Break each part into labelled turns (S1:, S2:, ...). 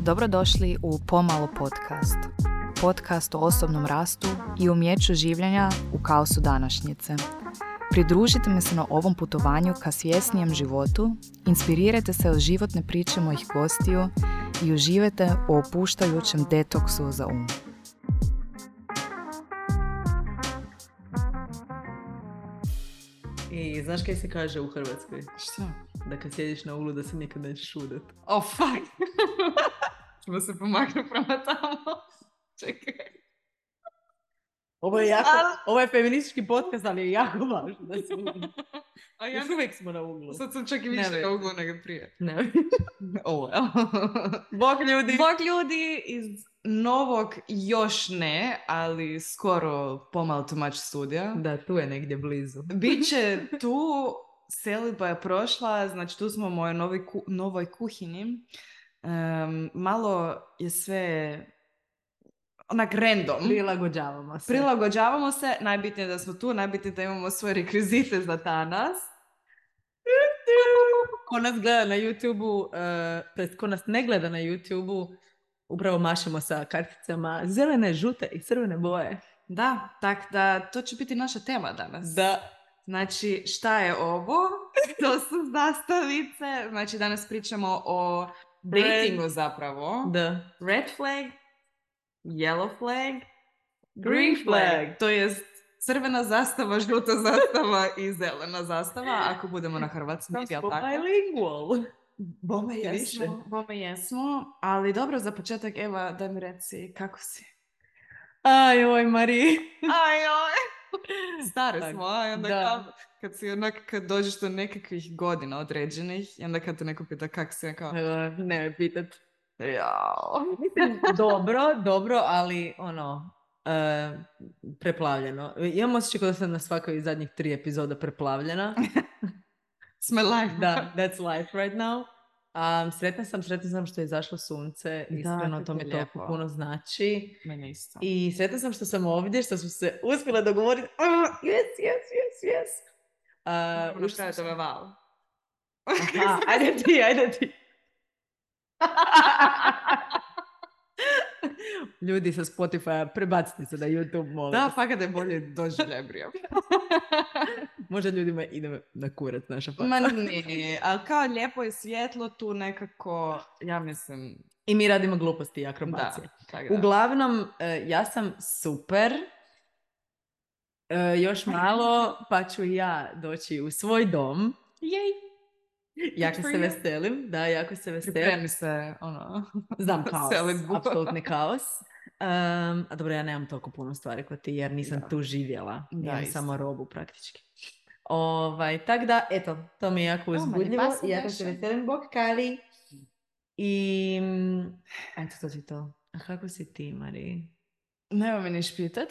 S1: Dobrodošli u Pomalo podcast. Podcast o osobnom rastu i umjeću življenja u kaosu današnjice. Pridružite mi se na ovom putovanju ka svjesnijem životu, inspirirajte se od životne priče mojih gostiju i uživajte u opuštajućem detoksu za um.
S2: I znaš kaj se kaže u Hrvatskoj?
S3: Šta?
S2: Da kad sjediš na ulu da se nikad nećeš udat.
S3: O, oh, fuck! Treba se pomaknu prema tamo. Čekaj.
S2: Ovo je, jako,
S3: Al-
S2: ovo je feministički podcast, ali je jako važno. Da se udamo.
S3: A ja
S2: Još uvijek smo na uglu.
S3: Sad sam čak i više na
S2: Nevjerojatno.
S3: uglu nego prije.
S2: Ne.
S3: Oh well.
S2: Bok ljudi!
S3: Bok ljudi iz novog još ne, ali skoro pomalo tumač studija.
S2: Da, tu je negdje blizu.
S3: Biće tu, selidba je prošla, znači tu smo u mojoj novi ku- novoj kuhinji. Em, malo je sve onak random.
S2: Prilagođavamo se.
S3: Prilagođavamo se, najbitnije je da smo tu, najbitnije je da imamo svoje rekvizite za danas.
S2: Ko nas gleda na YouTube-u, eh, tj. ko nas ne gleda na YouTube-u, upravo mašemo sa karticama zelene, žute i crvene boje.
S3: Da, tak da to će biti naša tema danas.
S2: Da.
S3: Znači, šta je ovo? To su zastavice. Znači, danas pričamo o
S2: Red-
S3: datingu zapravo.
S2: Da.
S3: Red flag, yellow flag,
S2: Green flag.
S3: To jest crvena zastava, žuta zastava i zelena zastava, ako budemo na hrvatskom,
S2: Mi
S3: jel
S2: smo
S3: tako?
S2: bilingual. Bome
S3: Jesmo, bome jesmo, ali dobro, za početak, Eva, daj mi reci kako si.
S2: Aj, oj, Marije.
S3: Stare
S2: Tak,
S3: smo, a i onda
S2: da.
S3: kao, kad si onak, kad dođeš do nekakvih godina određenih, i onda kad te neko pita kak si, ja kao,
S2: E, Ne me pitat.
S3: jao.
S2: dobro, dobro, ali ono, e, preplavljeno. Imam osjećaj kao da sam na svakoj iz zadnjih tri epizoda preplavljena.
S3: It's my life.
S2: Da, that's life right now. Um, sretna sam, sretna sam što je izašlo sunce,
S3: Da,
S2: iskreno
S3: kako
S2: to mi
S3: je
S2: toliko
S3: lijepo.
S2: puno znači.
S3: Meni isto.
S2: I sretna sam što sam ovdje, što smo se uspjela dogovoriti. Ah, yes, yes, yes, yes. A,
S3: Moramo
S2: ušla
S3: napraviti
S2: sam-
S3: ovaj val.
S2: Aha, ajde ti, ajde ti. Ljudi sa Spotify-a, prebacite se na YouTube, molim.
S3: Da,
S2: vas.
S3: fakat je bolje doživljaj brio.
S2: Možda ljudima ide na kurac pa- naša faca.
S3: Ma nije, ali kao lijepo je svjetlo tu nekako, ja mislim,
S2: I mi radimo gluposti i
S3: da.
S2: akrobacije.
S3: tak da.
S2: Uglavnom, e, ja sam super. E, Još malo, pa ću i ja doći u svoj dom.
S3: Jej,
S2: Jako
S3: for
S2: se
S3: you.
S2: veselim, da, jako se veselim.
S3: pripremi se, ono,
S2: Znam kaos,
S3: Selidbu.
S2: apsolutni kaos. Em, a dobro, ja nemam toliko puno stvari kod ti jer nisam
S3: Da.
S2: tu živjela.
S3: Da,
S2: imam
S3: isto.
S2: samo robu praktički. Ovaj, tak da, eto, to mi je jako
S3: Mari,
S2: uzbudljivo.
S3: pa se
S2: i jako se
S3: veše.
S2: veselim, bok Kali. I, mm, eto, to ti to. A kako si ti, Mari?
S3: nema me niš pitat.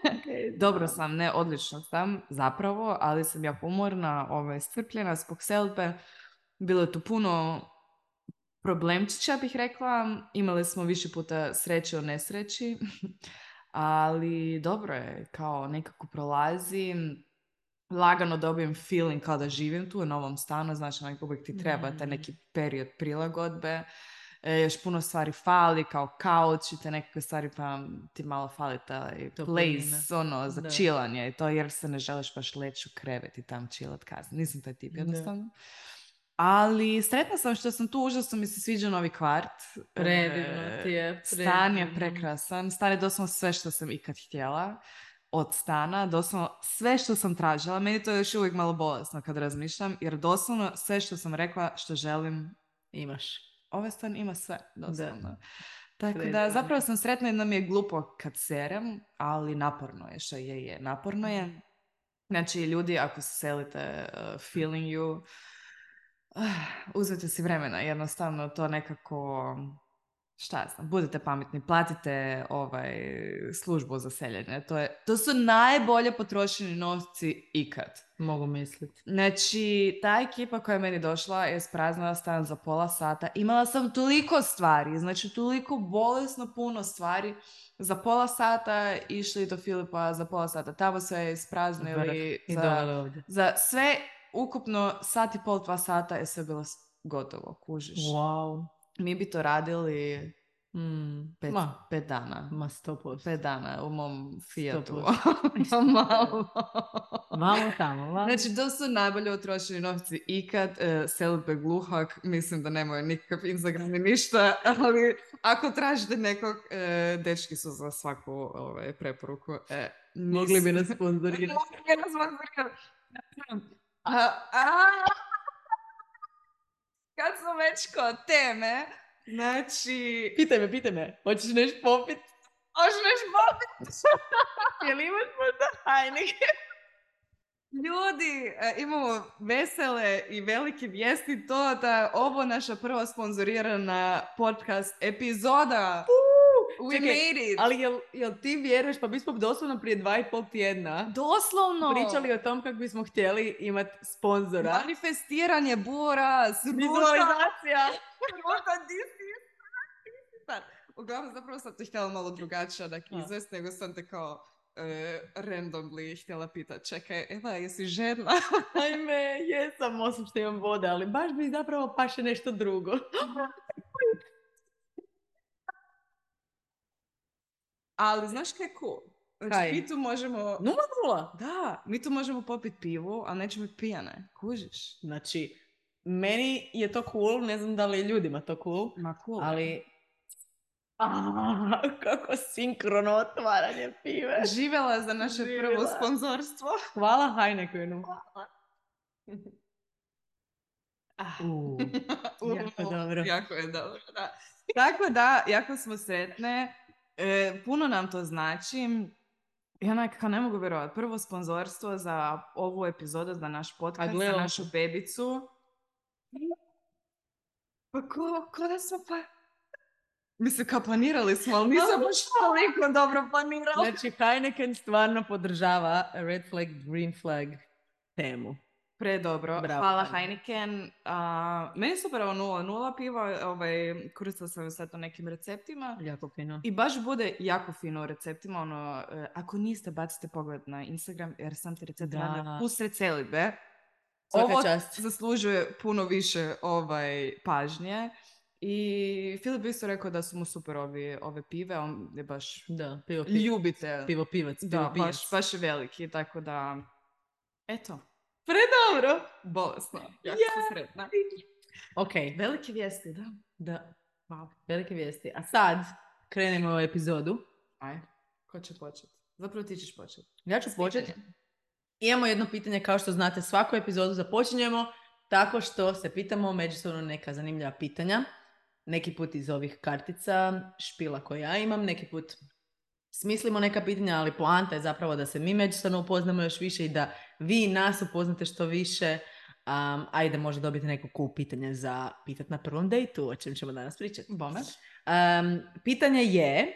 S3: Dobro sam, ne, odlično sam, zapravo, ali sam jako umorna, ovaj, strpljena zbog selbe. Bilo je tu puno problemčića, bih rekla. Imali smo više puta sreće o nesreći, ali dobro je, kao nekako prolazi. Lagano dobijem feeling kao da živim tu u novom stanu, znači onako uvijek ti treba taj
S2: Mm.
S3: neki period prilagodbe. E, još puno stvari fali, kao kauč i te nekakve stvari, pa ti malo fali taj
S2: Topline.
S3: place, ono, za
S2: Da.
S3: chillanje i to, jer se ne želiš baš leći u krevet i tam chillat kasnije. Nisam taj tip,
S2: Da.
S3: jednostavno. Ali sretna sam što sam tu, užasno mi se sviđa novi kvart.
S2: Predivno
S3: E,
S2: ti je.
S3: Stan je
S2: predivno.
S3: prekrasan. Stan je doslovno sve što sam ikad htjela od stana, doslovno sve što sam tražila. Meni to je još uvijek malo bolesno kad razmišljam, jer doslovno sve što sam rekla što želim,
S2: Imaš.
S3: ovaj stan ima sve, doslovno. Tako da,
S2: Predivno.
S3: zapravo sam sretna jer nam je glupo kad serem, ali naporno je što je, je, naporno je. Znači, ljudi, ako se selite eh, feeling you, ah, uzmite si vremena, jednostavno to nekako, šta ja znam, budite pametni, platite ovaj službu za seljenje. To, je, to su najbolje potrošeni novci ikad.
S2: Mogu misliti.
S3: Znači, ta ekipa koja je meni došla je spraznala stan za pola sata. Imala sam toliko stvari, znači toliko bolesno puno stvari. Za pola sata išli do Filipa, za pola sata tamo sve ispraznili.
S2: I
S3: Za,
S2: dovela ovdje.
S3: za sve ukupno sat i pol, dva sata je sve bilo s- gotovo, kužiš.
S2: Wow.
S3: mi bi to radili
S2: Mm,
S3: pet,
S2: Ma,
S3: pet dana.
S2: ma sto posto.
S3: Pet dana u mom Fiatu.
S2: posto.
S3: Malo.
S2: Malo tamo, malo.
S3: Znači, to su najbolje utrošeni novci ikad. E, Selbe gluhak, mislim da nemaju nikakav Instagram ni ništa, ali ako tražite nekog, e, dečki su za svaku ovaj, preporuku. E,
S2: Mogli bi
S3: nis-
S2: nas sponzorirati.
S3: Mogli bi nas sponzorirati. A, a, kad smo već kod teme, znači...
S2: Pitaj me, pitaj me. Hoćeš nešto popit?
S3: Hoćeš nešto popiti? Jel imaš možda Heineken? Ljudi, e, imamo vesele i velike vijesti to da je ovo naša prva sponzorirana podcast epizoda. We
S2: Čekaj,
S3: made it!
S2: Ali jel, jel ti vjeruješ, pa mi smo doslovno prije dva i pol tjedna
S3: Doslovno!
S2: pričali o tom kako bismo htjeli imati sponzora.
S3: Manifestiranje bura, sruta,
S2: Vizualizacija.
S3: sruta, di si? Star. Uglavnom, zapravo sam te htjela malo drugačije onak
S2: A.
S3: izvest, nego sam te kao e, randomly htjela pitati, čekaj, Eva, jesi žena?
S2: Ajme, jesam, osim što imam vode, ali baš mi zapravo paše nešto drugo.
S3: Ali znaš kaj je cool? Znači,
S2: Kaj?
S3: mi tu možemo...
S2: Nula nula.
S3: Da, mi tu možemo popiti pivu, a nećemo biti pijane. Kužiš?
S2: Znači, meni je to cool, ne znam da li je ljudima to cool,
S3: Ma cool.
S2: ali... A, kako sinkrono otvaranje pive.
S3: Živjela za naše prvo
S2: Živjela.
S3: sponzorstvo.
S2: Hvala Heinekenu. U, jako
S3: U,
S2: pa dobro.
S3: Jako je dobro, da. Tako da, jako smo sretne. E, puno nam to znači. Ja nekako ne mogu vjerovati. Prvo sponzorstvo za ovu epizodu, za naš
S2: A
S3: podcast, za
S2: gledam.
S3: našu bebicu. Pa ko, ko da smo pa... Mislim, kao planirali smo, ali nisam baš toliko dobro planirali.
S2: Znači, Heineken stvarno podržava red flag, green flag temu.
S3: Predobro.
S2: Bravo,
S3: Hvala
S2: Hanja.
S3: Heineken. A, meni je super ovo 0,0 piva. Ovaj, koristila sam ju sad u nekim receptima.
S2: Jako fino.
S3: I baš bude jako fino u receptima. Ono, e, ako niste, bacite pogled na Instagram jer sam ti recept
S2: Da.
S3: radila usred celibe.
S2: Svaka
S3: Ovo
S2: čast.
S3: zaslužuje puno više ovaj, pažnje. I Filip isto rekao da su mu super ovi, ove pive. On je baš
S2: Da, pivo, pivo,
S3: ljubitelj.
S2: pivo pivac, pivo
S3: Da,
S2: pijac.
S3: baš, baš je veliki. Tako da, eto.
S2: Predobro.
S3: Bolesno. Jako sam sretna.
S2: Ok,
S3: Velike vijesti, da.
S2: da,
S3: Wow.
S2: velike vijesti. A sad krenemo u epizodu.
S3: Aj, ko će početi? Zapravo ti ćeš početi.
S2: Ja ću
S3: S
S2: početi.
S3: pitanjem.
S2: Imamo jedno pitanje, kao što znate, svaku epizodu započinjemo tako što se pitamo međusobno neka zanimljiva pitanja. Neki put iz ovih kartica, špila koje ja imam, neki put smislimo neka pitanja, ali poanta je zapravo da se mi međusobno upoznamo još više i da vi nas upoznate što više. Um, ajde, možda dobiti neko cool pitanje za pitat na prvom dejtu, o čem ćemo danas pričati.
S3: Bome.
S2: Um, pitanje je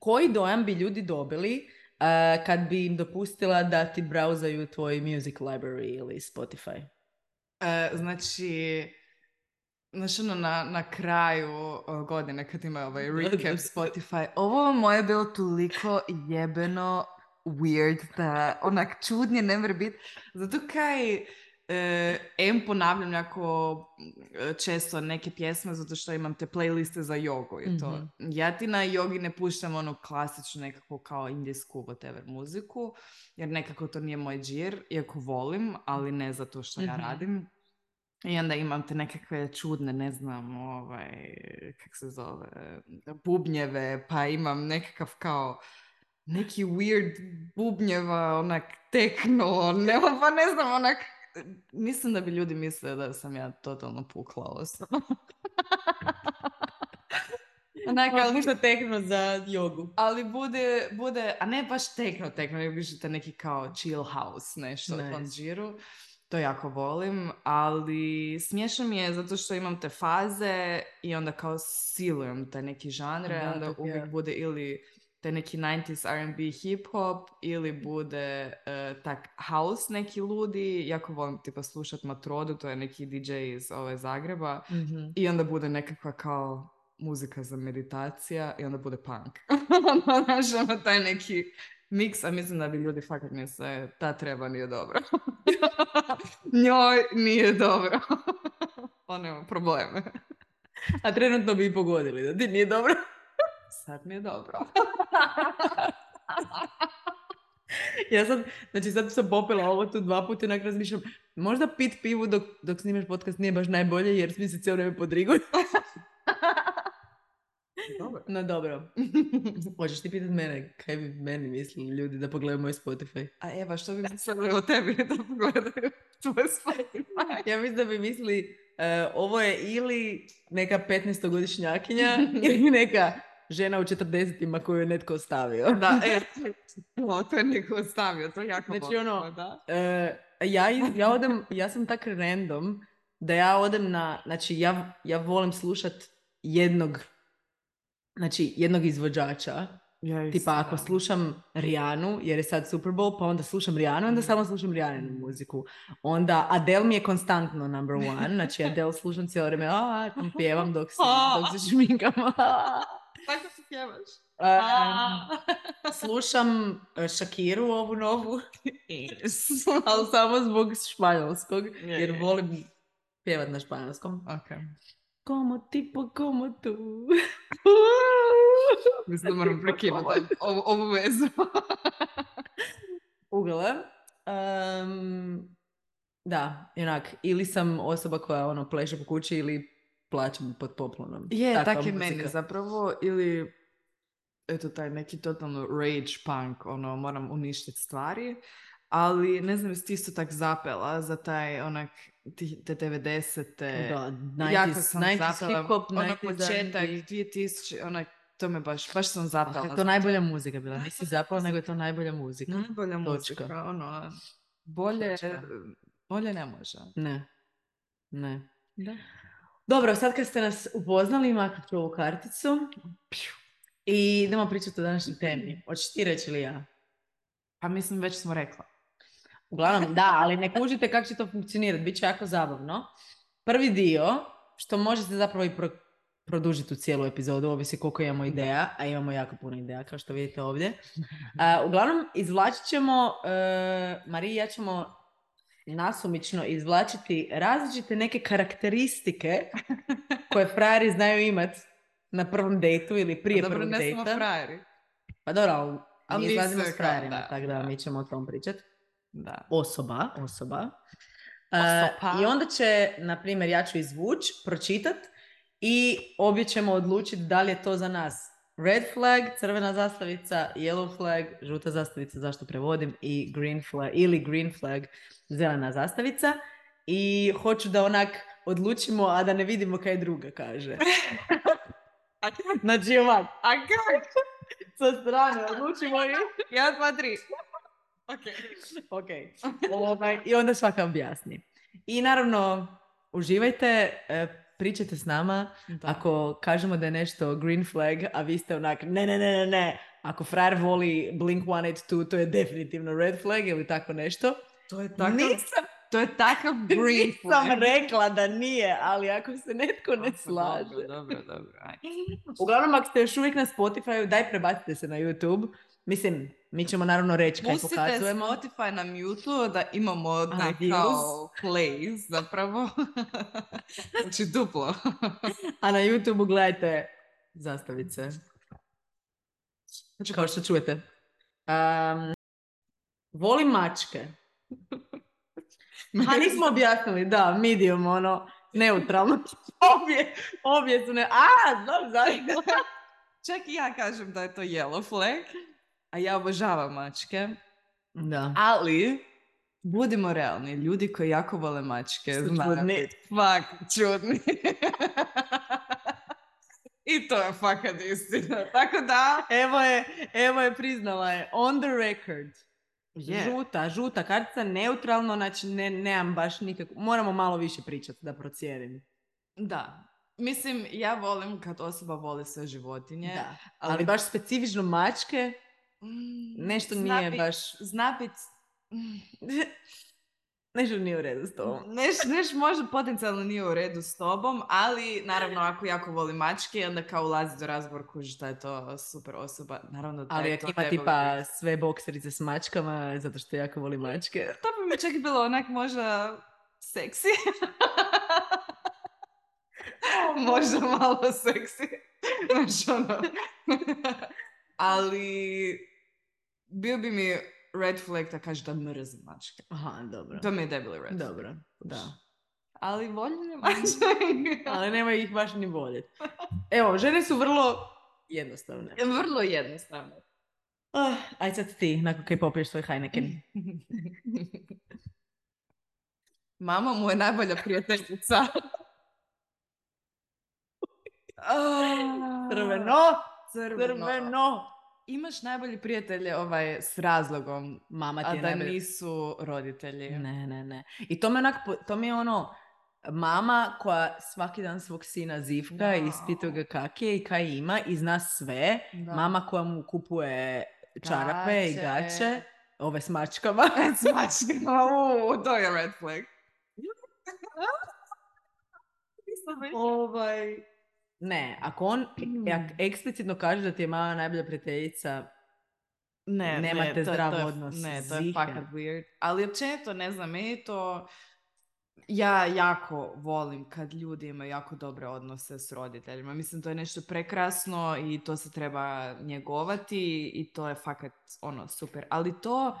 S2: koji dojam bi ljudi dobili uh, kad bi im dopustila da ti brauzaju tvoj music library ili Spotify?
S3: E, znači, znaš ono na, na kraju o, godine kad ima ovaj
S2: da,
S3: recap
S2: da.
S3: Spotify, ovo moje je bilo toliko jebeno weird da onak čudnije ne mre biti. Zato kaj e, em ponavljam jako e, često neke pjesme zato što imam te playliste za jogu i to.
S2: Mhm.
S3: Ja ti na jogi ne puštam ono klasičnu nekakvu kao indijsku whatever muziku jer nekako to nije moj džir, iako volim, ali ne zato što ja
S2: Mhm.
S3: radim. I onda imam te nekakve čudne, ne znam, ovaj, kak se zove, bubnjeve, pa imam nekakav kao neki weird bubnjeva, onak tekno, ne, pa ne znam, onak, mislim da bi ljudi mislili da sam ja totalno pukla osoba. onak, ali
S2: Možda tehno za jogu.
S3: ali bude, bude, a ne baš tekno, tekno, nego više taj neki kao chill house, nešto u tom
S2: Nice.
S3: džiru. To jako volim, ali smiješno mi je zato što imam te faze i onda kao silujem te neki žanre,
S2: Da,
S3: onda
S2: dok je-
S3: uvijek bude ili te neki 90s R&B hip hop ili bude e, tak house neki ludi. Jako volim tipa slušat Matrodu, to je neki DJ iz ove Zagreba.
S2: Mhm.
S3: I onda bude nekakva kao muzika za meditacija i onda bude punk. Ono, Znaš, ono taj neki miks, a mislim da bi ljudi fakat misle, ta treba nije dobro. Njoj nije dobro. Ona ima probleme.
S2: A trenutno bi i pogodili da ti nije dobro.
S3: Sad mi je dobro.
S2: Ja sam, znači sad sam popila ovo tu dva puta i onak razmišljam, možda pit pivu dok, dok snimaš podcast nije baš najbolje jer svi se cijelo vrijeme podriguju.
S3: dobro.
S2: No dobro, hoćeš ti pitat mene kaj bi meni mislili ljudi da pogledaju moj Spotify?
S3: A Eva, što bi mislili o tebi da pogledaju tvoj Spotify?
S2: Ja mislim da bi misli, e, ovo je ili neka 15-godišnjakinja ili neka žena u 40-ima koju je netko ostavio.
S3: Da, e, o, to je neko ostavio, to je jako
S2: Znači,
S3: bolno,
S2: ono,
S3: da.
S2: E, ja, iz- ja, odem, ja sam tak random da ja odem na, znači ja, ja volim slušat jednog, znači jednog izvođača. Tipa ako slušam Rijanu, jer je sad Super Bowl, pa onda slušam Rijanu, onda
S3: Mhm.
S2: samo slušam Rijaninu muziku. Onda Adele mi je konstantno number one, znači Adele slušam cijelo vrijeme, a, tam pjevam dok se, dok se šminkam.
S3: Tako se pjevaš.
S2: A, slušam e, Shakiru ovu novu, ali samo zbog španjolskog,
S3: Je,
S2: jer
S3: je.
S2: volim pjevat na španjolskom.
S3: Ok.
S2: Como tipo, como tu.
S3: Mislim da moram prekinuti ovu, ovu vezu.
S2: Uglavnom, em, da, i onak, ili sam osoba koja ono pleše po kući ili plaćam pod poplonom.
S3: Je,
S2: Takva
S3: tak je
S2: muzika.
S3: meni zapravo, ili eto taj neki totalno rage punk, ono, moram uništiti stvari, ali ne znam, jesi ti isto tak zapela za taj onak, ti- te 90-te,
S2: Da, 90s,
S3: E, jako sam
S2: 90s
S3: zapela,
S2: hip-hop,
S3: ono
S2: 90s
S3: početak,
S2: R&B.
S3: 2000, onak, to me baš, baš sam
S2: Ah,
S3: zapela.
S2: kako je to najbolja muzika bila. Nisi zapala, nego je to najbolja muzika.
S3: Najbolja
S2: Mhm, Točka.
S3: muzika, ono, bolje,
S2: Točka.
S3: bolje ne može.
S2: Ne. Ne.
S3: Da.
S2: Dobro, sad kad ste nas upoznali, maknite ovu karticu. Pju. I idemo pričati o današnjoj temi. Hoćeš ti reći ili ja?
S3: Pa mislim, već smo rekla.
S2: Uglavnom, da, ali ne kužite kako će to funkcionirati. Biće jako zabavno. Prvi dio, što možete zapravo i pro- produžiti u cijelu epizodu, ovisi koliko imamo ideja, a imamo jako puno ideja, kao što vidite ovdje. A, uglavnom, izvlačit ćemo, e, Marija i ja ćemo nasumično izvlačiti različite neke karakteristike koje frajeri znaju imat na prvom dejtu ili prije
S3: Pa Dobro,
S2: prvog
S3: ne smo
S2: dejta.
S3: frajeri.
S2: Pa dobro, ali,
S3: Ali
S2: mi
S3: nisu
S2: izlazimo
S3: kao,
S2: s frajerima,
S3: da,
S2: tako da,
S3: da.
S2: mi ćemo o tom pričati
S3: Da.
S2: osoba, osoba. E,
S3: Osoba.
S2: I onda će, na primjer, ja ću izvući, pročitat i obje ćemo odlučiti da li je to za nas red flag, crvena zastavica, yellow flag, žuta zastavica, zašto prevodim, i green flag, ili green flag, zelena zastavica. I hoću da onak odlučimo, a da ne vidimo kaj druga kaže.
S3: A kako?
S2: Znači ovak,
S3: A kako?
S2: sa strane odlučimo i...
S3: Jedan, dva, tri. Ok.
S2: Ok. Ovaj, I onda svaka objasni. I naravno, uživajte, e, pričajte s nama. Ako kažemo da je nešto green flag, a vi ste onak ne, ne, ne, ne, ne. Ako frajer voli Blink-182, to je definitivno red flag ili tako nešto.
S3: to je
S2: Nisam,
S3: to je takav green
S2: nisam rekla da nije, ali ako se netko ne slaže.
S3: Dobro, dobro. ajde.
S2: Uglavnom, ako ste još uvijek na Spotify, daj prebacite se na YouTube. Mislim, mi ćemo naravno reći kaj
S3: Pustite
S2: pokazujemo.
S3: Spotify na mute da imamo da
S2: views.
S3: kao plays zapravo. znači duplo.
S2: A na YouTube gledajte zastavice. Znači kao što čujete. Em, volim mačke. A nismo objasnili, da, medium, ono, neutralno. Obje, obje su ne... A, znam, znam.
S3: Čak i ja kažem da je to yellow flag, a ja obožavam mačke.
S2: Da.
S3: Ali, budimo realni, ljudi koji jako vole mačke,
S2: Su
S3: znaju
S2: čudni.
S3: Fak, čudni. I to je fakat istina. Tako da...
S2: Evo je, evo je priznala je. On the record.
S3: Žut-
S2: Žuta, žuta kartica, neutralno, znači ne, nemam baš nikako. Moramo malo više pričati da procijenim.
S3: Da. Mislim, ja volim kad osoba voli sve životinje.
S2: Da. Ali baš specifično mačke,
S3: Mm,
S2: nešto
S3: zna
S2: nije
S3: bit-
S2: baš...
S3: Zna bit...
S2: Nešto nije u redu s tobom.
S3: Neš, neš možda potencijalno nije u redu s tobom, ali naravno ako jako voli mačke, onda kao ulazi do razgovor kužiš da je to super osoba. Naravno da
S2: Ali
S3: je
S2: ako
S3: e, to
S2: ima
S3: trebalo biti.
S2: tipa sve bokserice s mačkama, zato što jako voli mačke.
S3: To bi mi čak bilo onak možda seksi. možda malo seksi. Znaš, ono. Ali bio bi mi red flag da kaže da mrzim mačke.
S2: Aha, dobro.
S3: To mi je debeli red flag.
S2: Dobro, da.
S3: Ali voljene mačke.
S2: Ali nemoj ih baš ni voljeti. Evo, žene su vrlo jednostavne.
S3: Vrlo jednostavno.
S2: Ah, aj sad ti, nakon kaj popiješ svoj
S3: Mm.
S2: Heineken.
S3: Mama mu je najbolja prijateljica. A,
S2: Crveno,
S3: Ah, crveno.
S2: crveno.
S3: Imaš najbolji prijatelje ovaj, s razlogom,
S2: Mama
S3: a
S2: ti je
S3: da
S2: najbolja-
S3: nisu roditelji.
S2: Ne, ne, ne. I to mi je onak, po- to mi je ono, mama koja svaki dan svog sina zivka
S3: Da.
S2: i ispituje ga kak je i kaj ima i zna sve.
S3: Da.
S2: Mama koja mu kupuje čarape i
S3: Gaće. e.
S2: gaće, ove s mačkama.
S3: S mačkama, u, to je red flag.
S2: ovaj... Ne, ako on ak eksplicitno kaže da ti je mama najbolja prijateljica,
S3: Ne,
S2: Nemate
S3: ne, to- to
S2: zdrav
S3: je-
S2: odnos,
S3: Ne, to je
S2: zihe.
S3: fakat weird. Ali općenito, ne znam, meni to... Ja jako volim kad ljudi imaju jako dobre odnose s roditeljima. Mislim, to je nešto prekrasno i to se treba njegovati i to je fakat ono super. Ali to,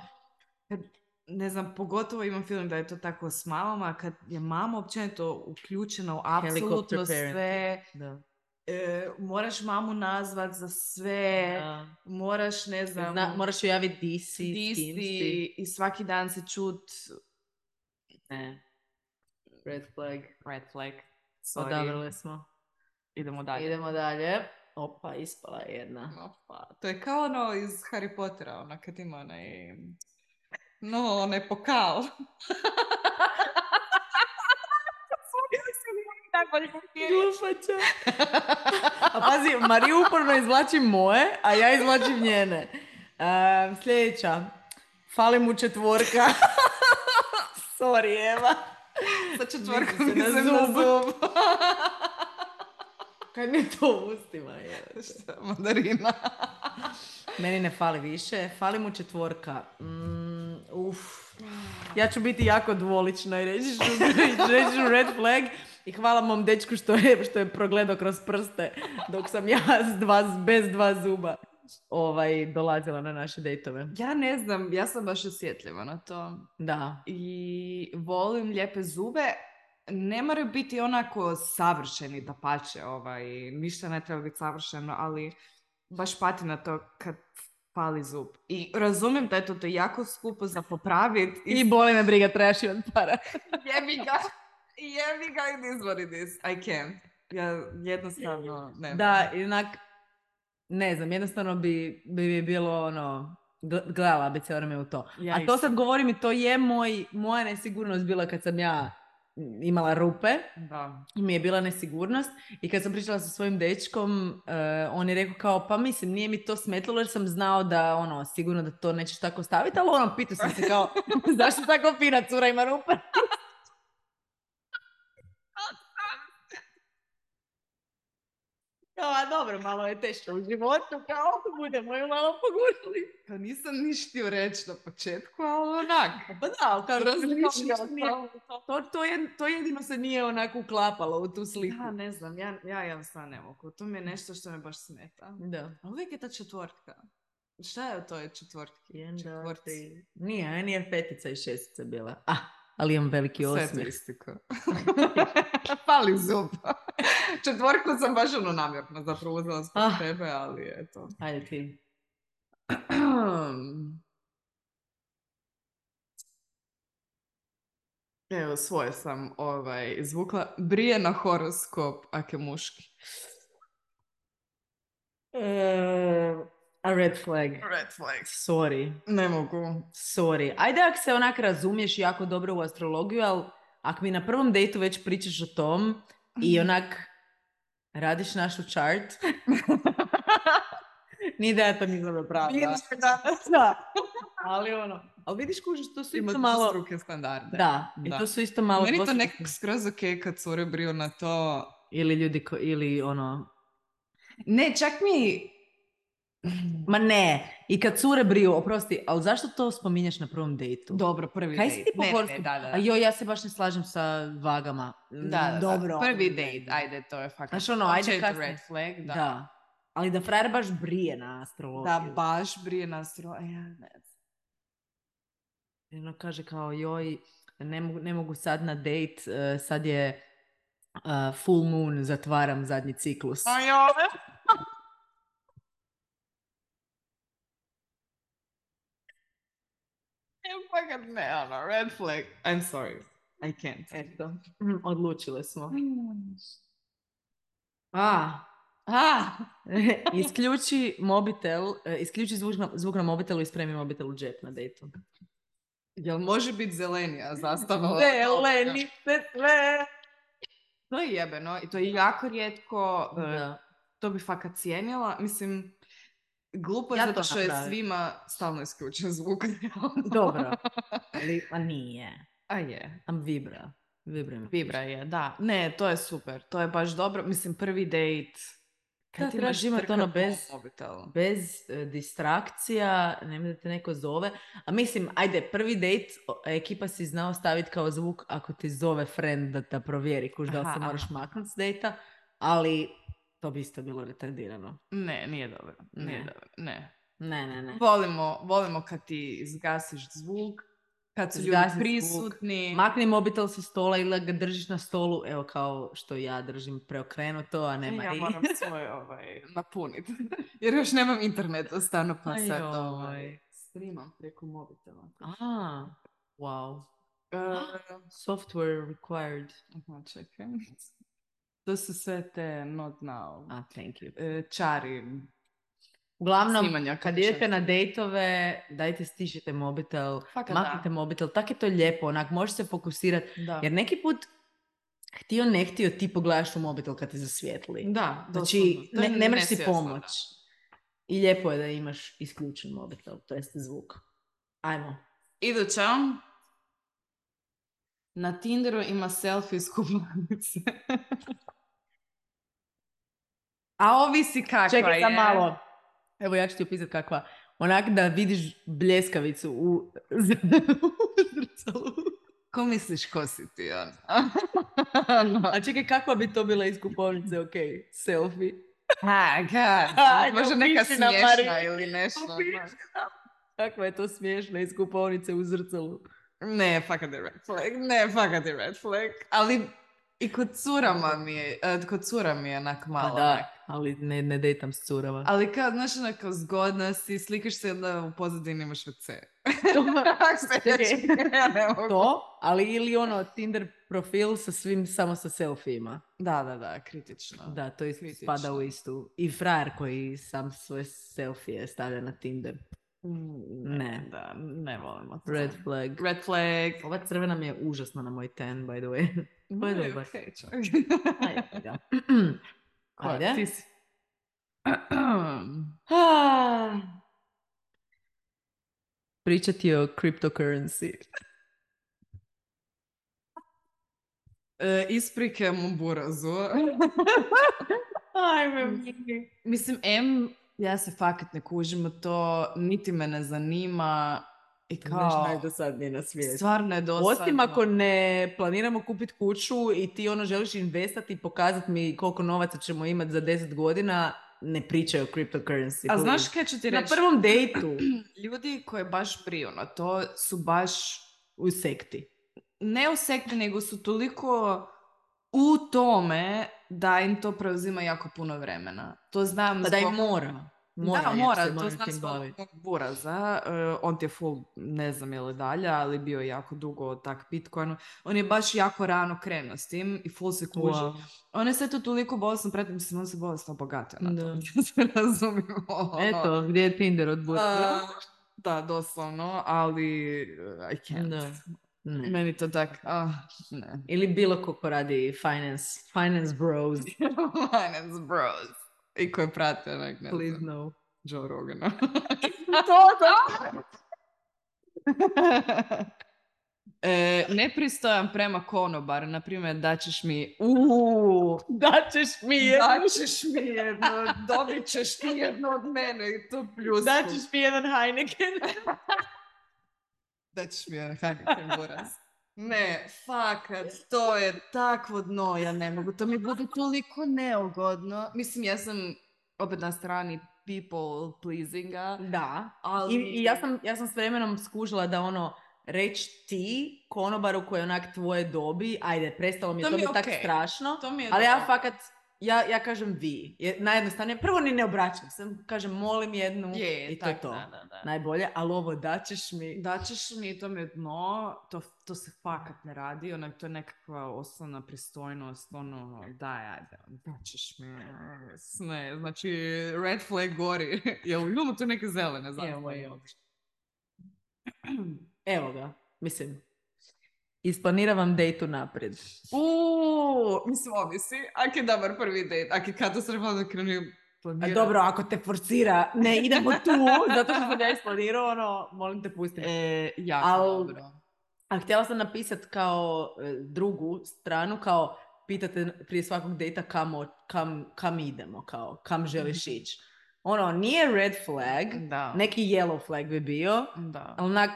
S3: kad- ne znam, pogotovo imam film da je to tako s mamama, kad je mama općenito uključena u
S2: Helicopter
S3: apsolutno
S2: parenting.
S3: sve,
S2: da.
S3: e, moraš mamu nazvat za
S2: E,
S3: sve, moraš, ne znam...
S2: Zna- moraš joj javiti di si,
S3: Di
S2: s kim
S3: si
S2: si.
S3: i svaki dan se čut
S2: Ne. Red flag.
S3: red flag. Sorry.
S2: Odabrali smo.
S3: Idemo dalje.
S2: Idemo dalje. Opa, ispala je jedna.
S3: Opa, To je kao ono iz Harry Pottera, ono kad ima onaj... No, onaj pokal.
S2: Glupača. A pazi, Marija uporno izvlači moje, a ja izvlačim njene. Ehm, sljedeća. Fali mu četvorka. Sorry, Eva.
S3: Sa četvorkom
S2: Misli se na
S3: mislim na
S2: zub.
S3: zub.
S2: Kaj mi je to u ustima? jebote?
S3: Šta, Mandarina.
S2: Meni ne fali više. Fali mu četvorka. Mm, uf. Ja ću biti jako dvolična i reći ću, reći ću red flag. I hvala mom dečku što je, što je progledao kroz prste dok sam ja s dva, bez dva zuba ovaj, dolazila na naše dejtove.
S3: Ja ne znam, ja sam baš osjetljiva na to.
S2: Da.
S3: i volim lijepe zube. Ne moraju biti onako savršeni, da pače, ovaj, ništa ne treba biti savršeno, ali baš pati na to kad pali zub. I razumijem da je to, to jako skupo za popraviti.
S2: I boli me briga, trebaš imati para.
S3: jebi ga, jebi ga, it is what it is. I can't. Ja jednostavno ne.
S2: Da, jednak, ne znam, jednostavno bi, bi mi bilo ono, gle- gledala bi cijelo vrijeme u to.
S3: Ja
S2: A to sad govorim i to je moj, moja nesigurnost bila kad sam ja imala rupe,
S3: Da.
S2: mi je bila nesigurnost i kad sam pričala sa svojim dečkom, eh, on je rekao kao, pa mislim, nije mi to smetilo jer sam znao da ono, sigurno da to nećeš tako staviti, ali ono, pitao sam se kao, zašto tako fina cura ima rupe? Kao, a dobro, malo je teško u životu, kao, budemo ju malo pogurili.
S3: Kao Pa nisam niš htio reći na početku, ali onak.
S2: Pa da, ali kao
S3: Razmišljala
S2: razmišljam, nije- to, to, je, to jedino se nije onako uklapalo u tu sliku.
S3: Da, ne znam, ja, ja jednostavno ne mogu. To mi je nešto što me baš smeta.
S2: Da.
S3: A uvijek je ta četvorka. Šta je to toj četvorki? Četvorci.
S2: Nije, meni je petica i šestica bila. Ah, ali imam veliki
S3: Sve
S2: osmijeh.
S3: istika. Pali zub. Četvorku sam baš ono namjerno zapravo uzela zbog
S2: Ah.
S3: tebe, ali eto.
S2: Ajde ti.
S3: Evo, svoje sam ovaj, izvukla. Brije na horoskop, ake muški.
S2: Eh, a red flag.
S3: Red flags.
S2: Sorry.
S3: Ne mogu.
S2: Sorry. Ajde ako se onak razumiješ jako dobro u astrologiju, ali ako mi na prvom dejtu već pričaš o tom i
S3: Mhm.
S2: onak radiš našu chart, nije da ja to nisam napravila. Da. Ali ono, ali vidiš kužiš, to su
S3: Ima
S2: isto malo...
S3: struke standarde.
S2: Da, i
S3: Da.
S2: to su isto malo...
S3: Meni to
S2: dvostruke-
S3: nekako skroz ok kad cure briju na to.
S2: Ili ljudi ko, ili ono...
S3: Ne, čak mi...
S2: Ma ne, I kad cure briju, oprosti, ali zašto to spominješ na prvom dejtu?
S3: Dobro, prvi
S2: Kaj
S3: date.
S2: si ti po
S3: Ne, ne, ne,
S2: horoskopu?
S3: da, da, da.
S2: A joj, ja se baš ne slažem sa vagama.
S3: Da, da, da.
S2: Dobro.
S3: Prvi date, ajde, to je fakat.
S2: Znaš ono, ajde
S3: općenito
S2: kasnije.
S3: red flag,
S2: Da.
S3: da. Da,
S2: Ali da frajer baš brije na astrologiju.
S3: baš brije nas tro- e, ja ne znam.
S2: I ono kaže kao, joj, ne mogu, ne mogu sad na date, eh, sad je eh, full moon, zatvaram zadnji ciklus.
S3: Pa E, fakat ne, ono, red flag. I'm sorry. I can't. Eto,
S2: Mhm,
S3: odlučile smo.
S2: A,
S3: Ah,
S2: isključi mobitel, eh, isključi zvuk na, zvuk na mobitelu i spremi mobitel u džep na dejtu.
S3: jel može biti zelenija zastava?
S2: se sve!
S3: To je jebeno i to je jako rijetko. e,
S2: Da.
S3: To bi fakat cijenila. Mislim, glupo je
S2: Ja
S3: zato
S2: to
S3: što je
S2: napravim.
S3: svima stalno isključen zvuk.
S2: Dobro. Ali, ma nije.
S3: A je.
S2: Am vibra. Vibra mi
S3: Vibra je, da. Ne, to je super. To je baš dobro. Mislim, prvi date.
S2: Da, trebaš imat
S3: trkat
S2: ono
S3: po
S2: bez-
S3: mobitelu.
S2: bez e, distrakcija, nemoj da te neko zove. A mislim, ajde, prvi date o, ekipa si znao staviti kao zvuk ako ti zove friend da te provjeri kuš da li
S3: Aha,
S2: se moraš
S3: aha.
S2: maknuti s dejta, ali to bi isto bilo retardirano.
S3: Ne, nije dobro. Nije
S2: Ne.
S3: dobro. Ne.
S2: Ne, ne, ne.
S3: Volimo, volimo kad ti zgasiš zvuk, kad su ljudi
S2: Zgasi zvuk.
S3: prisutni.
S2: Makni mobitel sa stola ili ga držiš na stolu, evo kao što ja držim preokrenuto, a nema
S3: ja moram svoj ovaj, napuniti. Jer još nemam internet u stanu, pa
S2: Aj,
S3: sad
S2: joj.
S3: ovaj, streamam preko mobitela.
S2: A, wow.
S3: E,
S2: Software required.
S3: aha, čekaj. To su sve te not now.
S2: Ah, thank you.
S3: e, čari.
S2: Uglavnom,
S3: snimanja kako
S2: kad idete
S3: čari.
S2: na dejtove, dajte stišite mobitel,
S3: Fakat
S2: maknite mobitel, tak je to lijepo, onak, možeš se fokusirati.
S3: da.
S2: Jer neki put, htio ne htio, ti pogledaš u mobitel kad te zasvijetli.
S3: Da,
S2: Znači,
S3: doslovno. To
S2: ne,
S3: je
S2: ne mreš si
S3: nesvjesno,
S2: pomoć.
S3: da.
S2: I lijepo je da imaš isključen mobitel, to jest zvuk. Ajmo.
S3: Iduća. Na Tinderu ima selfie iz kupovnice. A ovisi kakva
S2: Čekaj
S3: je.
S2: sam malo. Evo ja ću ti opisati kakva. Onak da vidiš bljeskavicu u zrcalu.
S3: Ko misliš ko si ti? ono?
S2: A čekaj, kakva bi to bila iz kupovnice? Ok, selfie.
S3: A, ga,
S2: Ajde,
S3: Možda neka
S2: opiši nam,
S3: smiješna
S2: Mari.
S3: ili nešto.
S2: Opiši
S3: znaš.
S2: Kakva je to smiješna iz kupovnice u zrcalu.
S3: Ne, fakat je red flag. Ne, fakat je red flag. Ali i kod curama mi je, e, kod cura mi je onak
S2: Pa
S3: malo. onak.
S2: ali ne, ne dejtam s curama.
S3: Ali kao, znaš, onako zgodna si, slikaš se da u pozadini imaš WC. ja ne mogu.
S2: to, ali ili ono Tinder profil sa svim, samo sa selfijima.
S3: Da, da, da, kritično.
S2: Da, to isto
S3: Kritično.
S2: spada u istu. I frajer koji sam svoje selfije stavlja na Tinder.
S3: Mm,
S2: Ne.
S3: da, ne volimo to.
S2: Red flag.
S3: Red flag.
S2: Ova crvena mi je užasna na moj ten, by the way. je
S3: Ne,
S2: dobar.
S3: okej, čak.
S2: Ajde. ga.
S3: Ko,
S2: Ajde.
S3: ti si?
S2: Ah. Pričati o cryptocurrency.
S3: E, isprike mu burazu.
S2: Ajme.
S3: Mislim, M, ja se fakat ne kužim u to, niti me ne zanima. I
S2: Kao,
S3: kao,
S2: najdosadnije na svijetu.
S3: stvarno je dosadno.
S2: Osim ako ne planiramo kupiti kuću i ti ono želiš investati i pokazati mi koliko novaca ćemo imati za 10 godina, ne pričaj o cryptocurrency.
S3: A
S2: please.
S3: znaš kaj ću ti
S2: na
S3: reći?
S2: prvom dejtu
S3: Ljudi koje baš briju na to su baš
S2: u sekti.
S3: ne u sekti, nego su toliko u tome da im to preuzima jako puno vremena. To znam
S2: Pa da
S3: zbog-
S2: im mora. Mora,
S3: da,
S2: jer
S3: mora,
S2: se
S3: to
S2: mora
S3: znam
S2: tim
S3: zbog
S2: baviti.
S3: mog buraza. e, on ti je full, ne znam je li dalje, ali bio je jako dugo tak Bitcoinu. On je baš jako rano krenuo s tim i full se kuži.
S2: Wow.
S3: On je sve to toliko bolesno pratio, mislim, on se bolesno obogatio na to.
S2: Da.
S3: Da se razumijemo. ono.
S2: Eto, gdje je Tinder od
S3: A,
S2: Bursa?
S3: da, doslovno, ali e, I can't.
S2: Da. Ne.
S3: Meni to tak, ah, ne.
S2: Ili bilo ko ko radi finance, finance bros.
S3: Finance Bros. I koje prate, onak, ne
S2: Please
S3: znam,
S2: no.
S3: Joe Rogana.
S2: to, da.
S3: E, nepristojan prema konobar, na primjer, da ćeš mi, uuu,
S2: Da ćeš mi jedan,
S3: da ćeš mi jedno, dobit ćeš ti jedno od mene i to pljusku.
S2: da ćeš mi jedan Heineken.
S3: da ćeš mi jedan Heineken Boras. Ne, fakat, to je takvo dno, ja ne mogu, to mi bude toliko neugodno. Mislim, ja sam opet na strani people pleasinga,
S2: Da.
S3: ali...
S2: I, i ja, sam, ja sam s vremenom skužila da ono, reći ti konobaru koji je onak tvoje dobi, ajde, prestalo mi je,
S3: To
S2: to,
S3: mi
S2: mi je
S3: je
S2: tak
S3: okej.
S2: strašno.
S3: To mi je
S2: Ali ja
S3: dobro.
S2: fakat, ja, ja kažem vi. Je, najjednostavnije, prvo ni ne obraćam se, kažem molim jednu
S3: Je,
S2: i to
S3: tak,
S2: je to.
S3: Da, da, da.
S2: Najbolje, ali ovo da ćeš mi...
S3: Da ćeš mi, to mi je dno, to, to se fakat ne radi, onak to je nekakva osnovna pristojnost, ono, daj, ajde, da ćeš mi, ne, znači, red flag gori, jel imamo tu neke zelene
S2: Evo,
S3: zapravo?
S2: evo. Evo ga, mislim. Isplaniravam dejtu naprijed.
S3: Uuu, mislim, ovisi, ak je dobar prvi date, ak je katastrofalno krenuo
S2: A
S3: planirati.
S2: dobro, ako te forcira, ne idemo tu, zato što sam ja isplanirao, ono, molim te pusti. me.
S3: E, jako
S2: Al-
S3: dobro.
S2: A htjela sam napisat kao e, drugu stranu, kao pitate prije svakog dejta kamo, kam, kam idemo, kao kam želiš ići. Ono, nije red flag,
S3: Mhm. Da,
S2: neki yellow flag bi bio,
S3: da.
S2: ali onak,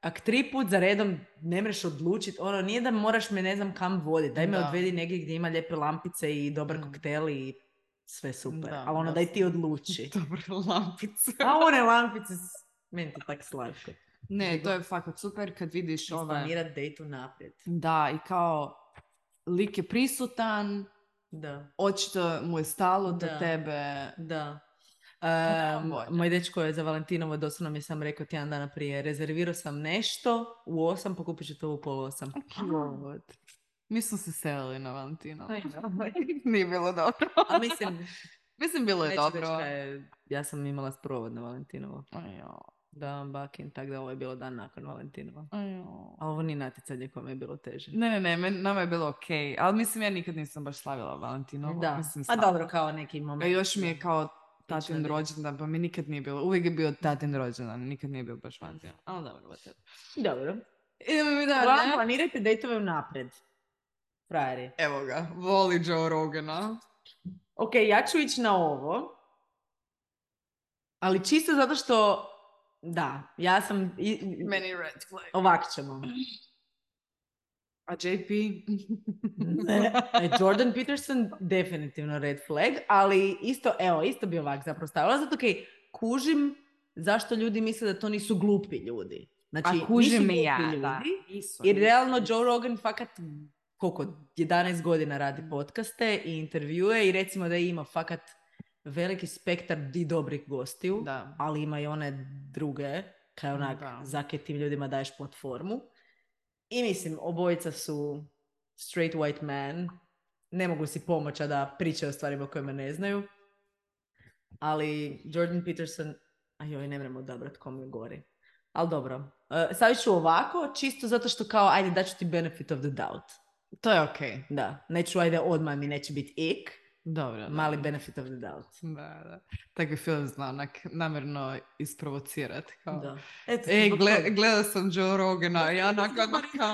S2: ak tri put za redom ne mreš odlučit, ono, nije da moraš me ne znam kam voditi, daj me
S3: Da.
S2: odvedi negdje gdje ima lijepe lampice i dobar
S3: Mm.
S2: koktel i sve super,
S3: Da,
S2: ali ono,
S3: da.
S2: daj ti odluči.
S3: Dobre lampice.
S2: A one lampice, s- meni to tak slatko.
S3: Ne, to je fakat super kad vidiš ove...
S2: Planirat dejtu naprijed.
S3: Da, i kao lik je prisutan,
S2: Da.
S3: očito mu je stalo do
S2: Da.
S3: tebe.
S2: Da.
S3: Pa da,
S2: Em,
S3: bolje.
S2: moj dečko je za Valentinovo doslovno mi je sam rekao tjedan dana prije, rezervirao sam nešto u osam, pokupit ću to u pol osam.
S3: Mi smo se selili na Valentino.
S2: Aj, dobro.
S3: Nije bilo dobro.
S2: A mislim,
S3: Mislim, bilo je
S2: neću reći
S3: dobro.
S2: da je- ja sam imala sprovod na Valentinovo.
S3: Ajo,
S2: Da vam bakin, tako da ovo je bilo dan nakon Valentinova.
S3: ajo.
S2: A ovo ni natjecanje kome je bilo teže.
S3: Ne, ne, ne, men- nama je bilo ok. Ali mislim, ja nikad nisam baš slavila Valentinovo.
S2: da,
S3: Mislim,
S2: a
S3: slavila.
S2: dobro, kao neki moment.
S3: A još mi je kao tatin
S2: Ići na
S3: rođendan, pa mi nikad nije bilo. Uvijek je bio tatin rođendan, nikad nije bio baš Valentino. Ali dobro, whatever.
S2: Dobro.
S3: Idemo mi dalje.
S2: Uglavnom, planirajte dejtove unaprijed. Frajeri.
S3: Evo ga, voli Joe Rogana.
S2: Ok, ja ću ići na ovo. Ali čisto zato što, da, ja sam... i- i-
S3: Meni red flag.
S2: Ovak ćemo.
S3: A JP?
S2: Znači, E, Jordan Peterson definitivno red flag, ali isto, evo, isto bi ovak zapravo stavila. Zato kaj kužim zašto ljudi misle da to nisu glupi ljudi. Znači,
S3: A kuži
S2: nisu
S3: me
S2: glupi
S3: Pa ja,
S2: ljudi,
S3: da. Nisu,
S2: Jer
S3: nisu.
S2: realno Joe Rogan fakat koliko 11 godina radi podcaste i intervjue i recimo da ima fakat veliki spektar di dobrih gostiju,
S3: Da.
S2: ali ima i one druge kaj onak
S3: Da.
S2: zake tim ljudima daješ platformu. I mislim, obojica su straight white man, ne mogu si pomoći a da pričaju o stvarima o kojima ne znaju. Ali Jordan Peterson, a joj, ne mremo odabrat kom je gori. Ali dobro, e, stavit ću ovako, čisto zato što kao, ajde, daću ti benefit of the doubt.
S3: To je okej.
S2: Da, neću, ajde, odmah mi neće biti ik,
S3: Dobro. da.
S2: mali benefit of the doubt.
S3: Da, da. Tako je film znao onak, namjerno isprovocirati. Kao.
S2: Da. Eto,
S3: E,
S2: zbog
S3: gle,
S2: toga.
S3: gledao sam Joe Rogana i ja onako odmah kao,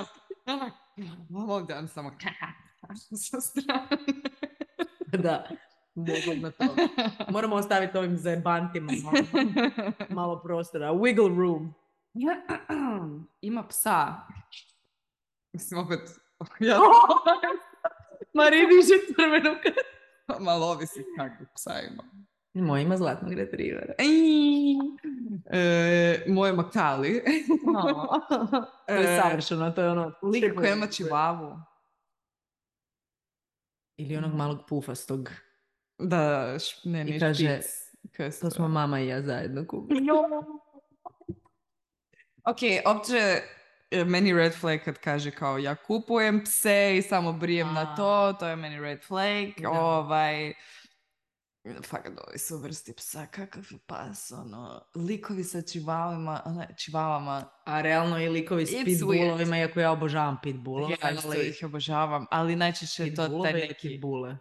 S3: ja onak, "Mam ovdje, on samo sa strane.
S2: da. Bogom na to. Moramo ostaviti ovim zajebantima malo, malo prostora. Wiggle room.
S3: Ima psa. Mislim, opet, ja
S2: Marija diže crvenu
S3: Pa malo ovisi kakvog psa ima.
S2: Moj ima zlatnog retrivera.
S3: E, moj Makali.
S2: to je
S3: E,
S2: savršeno, to je ono...
S3: Lik koji ima
S2: crveni.
S3: čivavu.
S2: Ili onog malog pufastog.
S3: Da, da, š- ne,
S2: I
S3: ne,
S2: kaže,
S3: špic. Kaj se
S2: To smo mama i ja zajedno kupili.
S3: Ok, opće e, meni red flag kad kaže kao ja kupujem pse i samo brijem na
S2: A.
S3: to, to je meni red flag.
S2: Da.
S3: Ovaj, fakat ovi su vrsti psa, kakav je pas, ono, likovi sa čivavama, ne, čivavama,
S2: A realno i likovi s
S3: It's
S2: pitbullovima, iako ja obožavam pitbullove,
S3: ja isto ih obožavam, ali najčešće je to taj
S2: pitbullove i
S3: neki
S2: pitbule.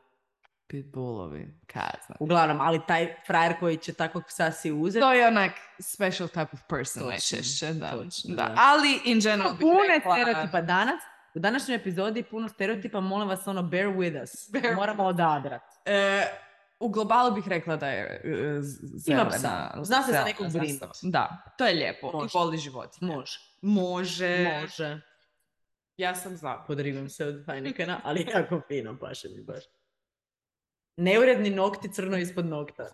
S3: pitbullovi, kaj ja znam.
S2: Uglavnom, ali taj frajer koji će takvog psa si uzeti,
S3: To je onak special type of person
S2: Točno,
S3: najčešće, da.
S2: točno,
S3: da.
S2: da.
S3: Ali in general Ono bih
S2: puno je
S3: rekla-
S2: stereotipa danas. U današnjoj epizodi puno stereotipa, molim vas, ono, bear with us.
S3: Bear
S2: Moramo odabrat.
S3: E, u globalu bih rekla da je e, z- zelena.
S2: psa. Zna se za
S3: zelena
S2: nekog
S3: zastava.
S2: brinut.
S3: Da, to je lijepo. I
S2: Može.
S3: voli životinje.
S2: Može.
S3: Može.
S2: Može.
S3: Ja sam za.
S2: Podrivim se od Heinekena, ali jako fino, baš mi baš. Neuredni nokti crno ispod nokta.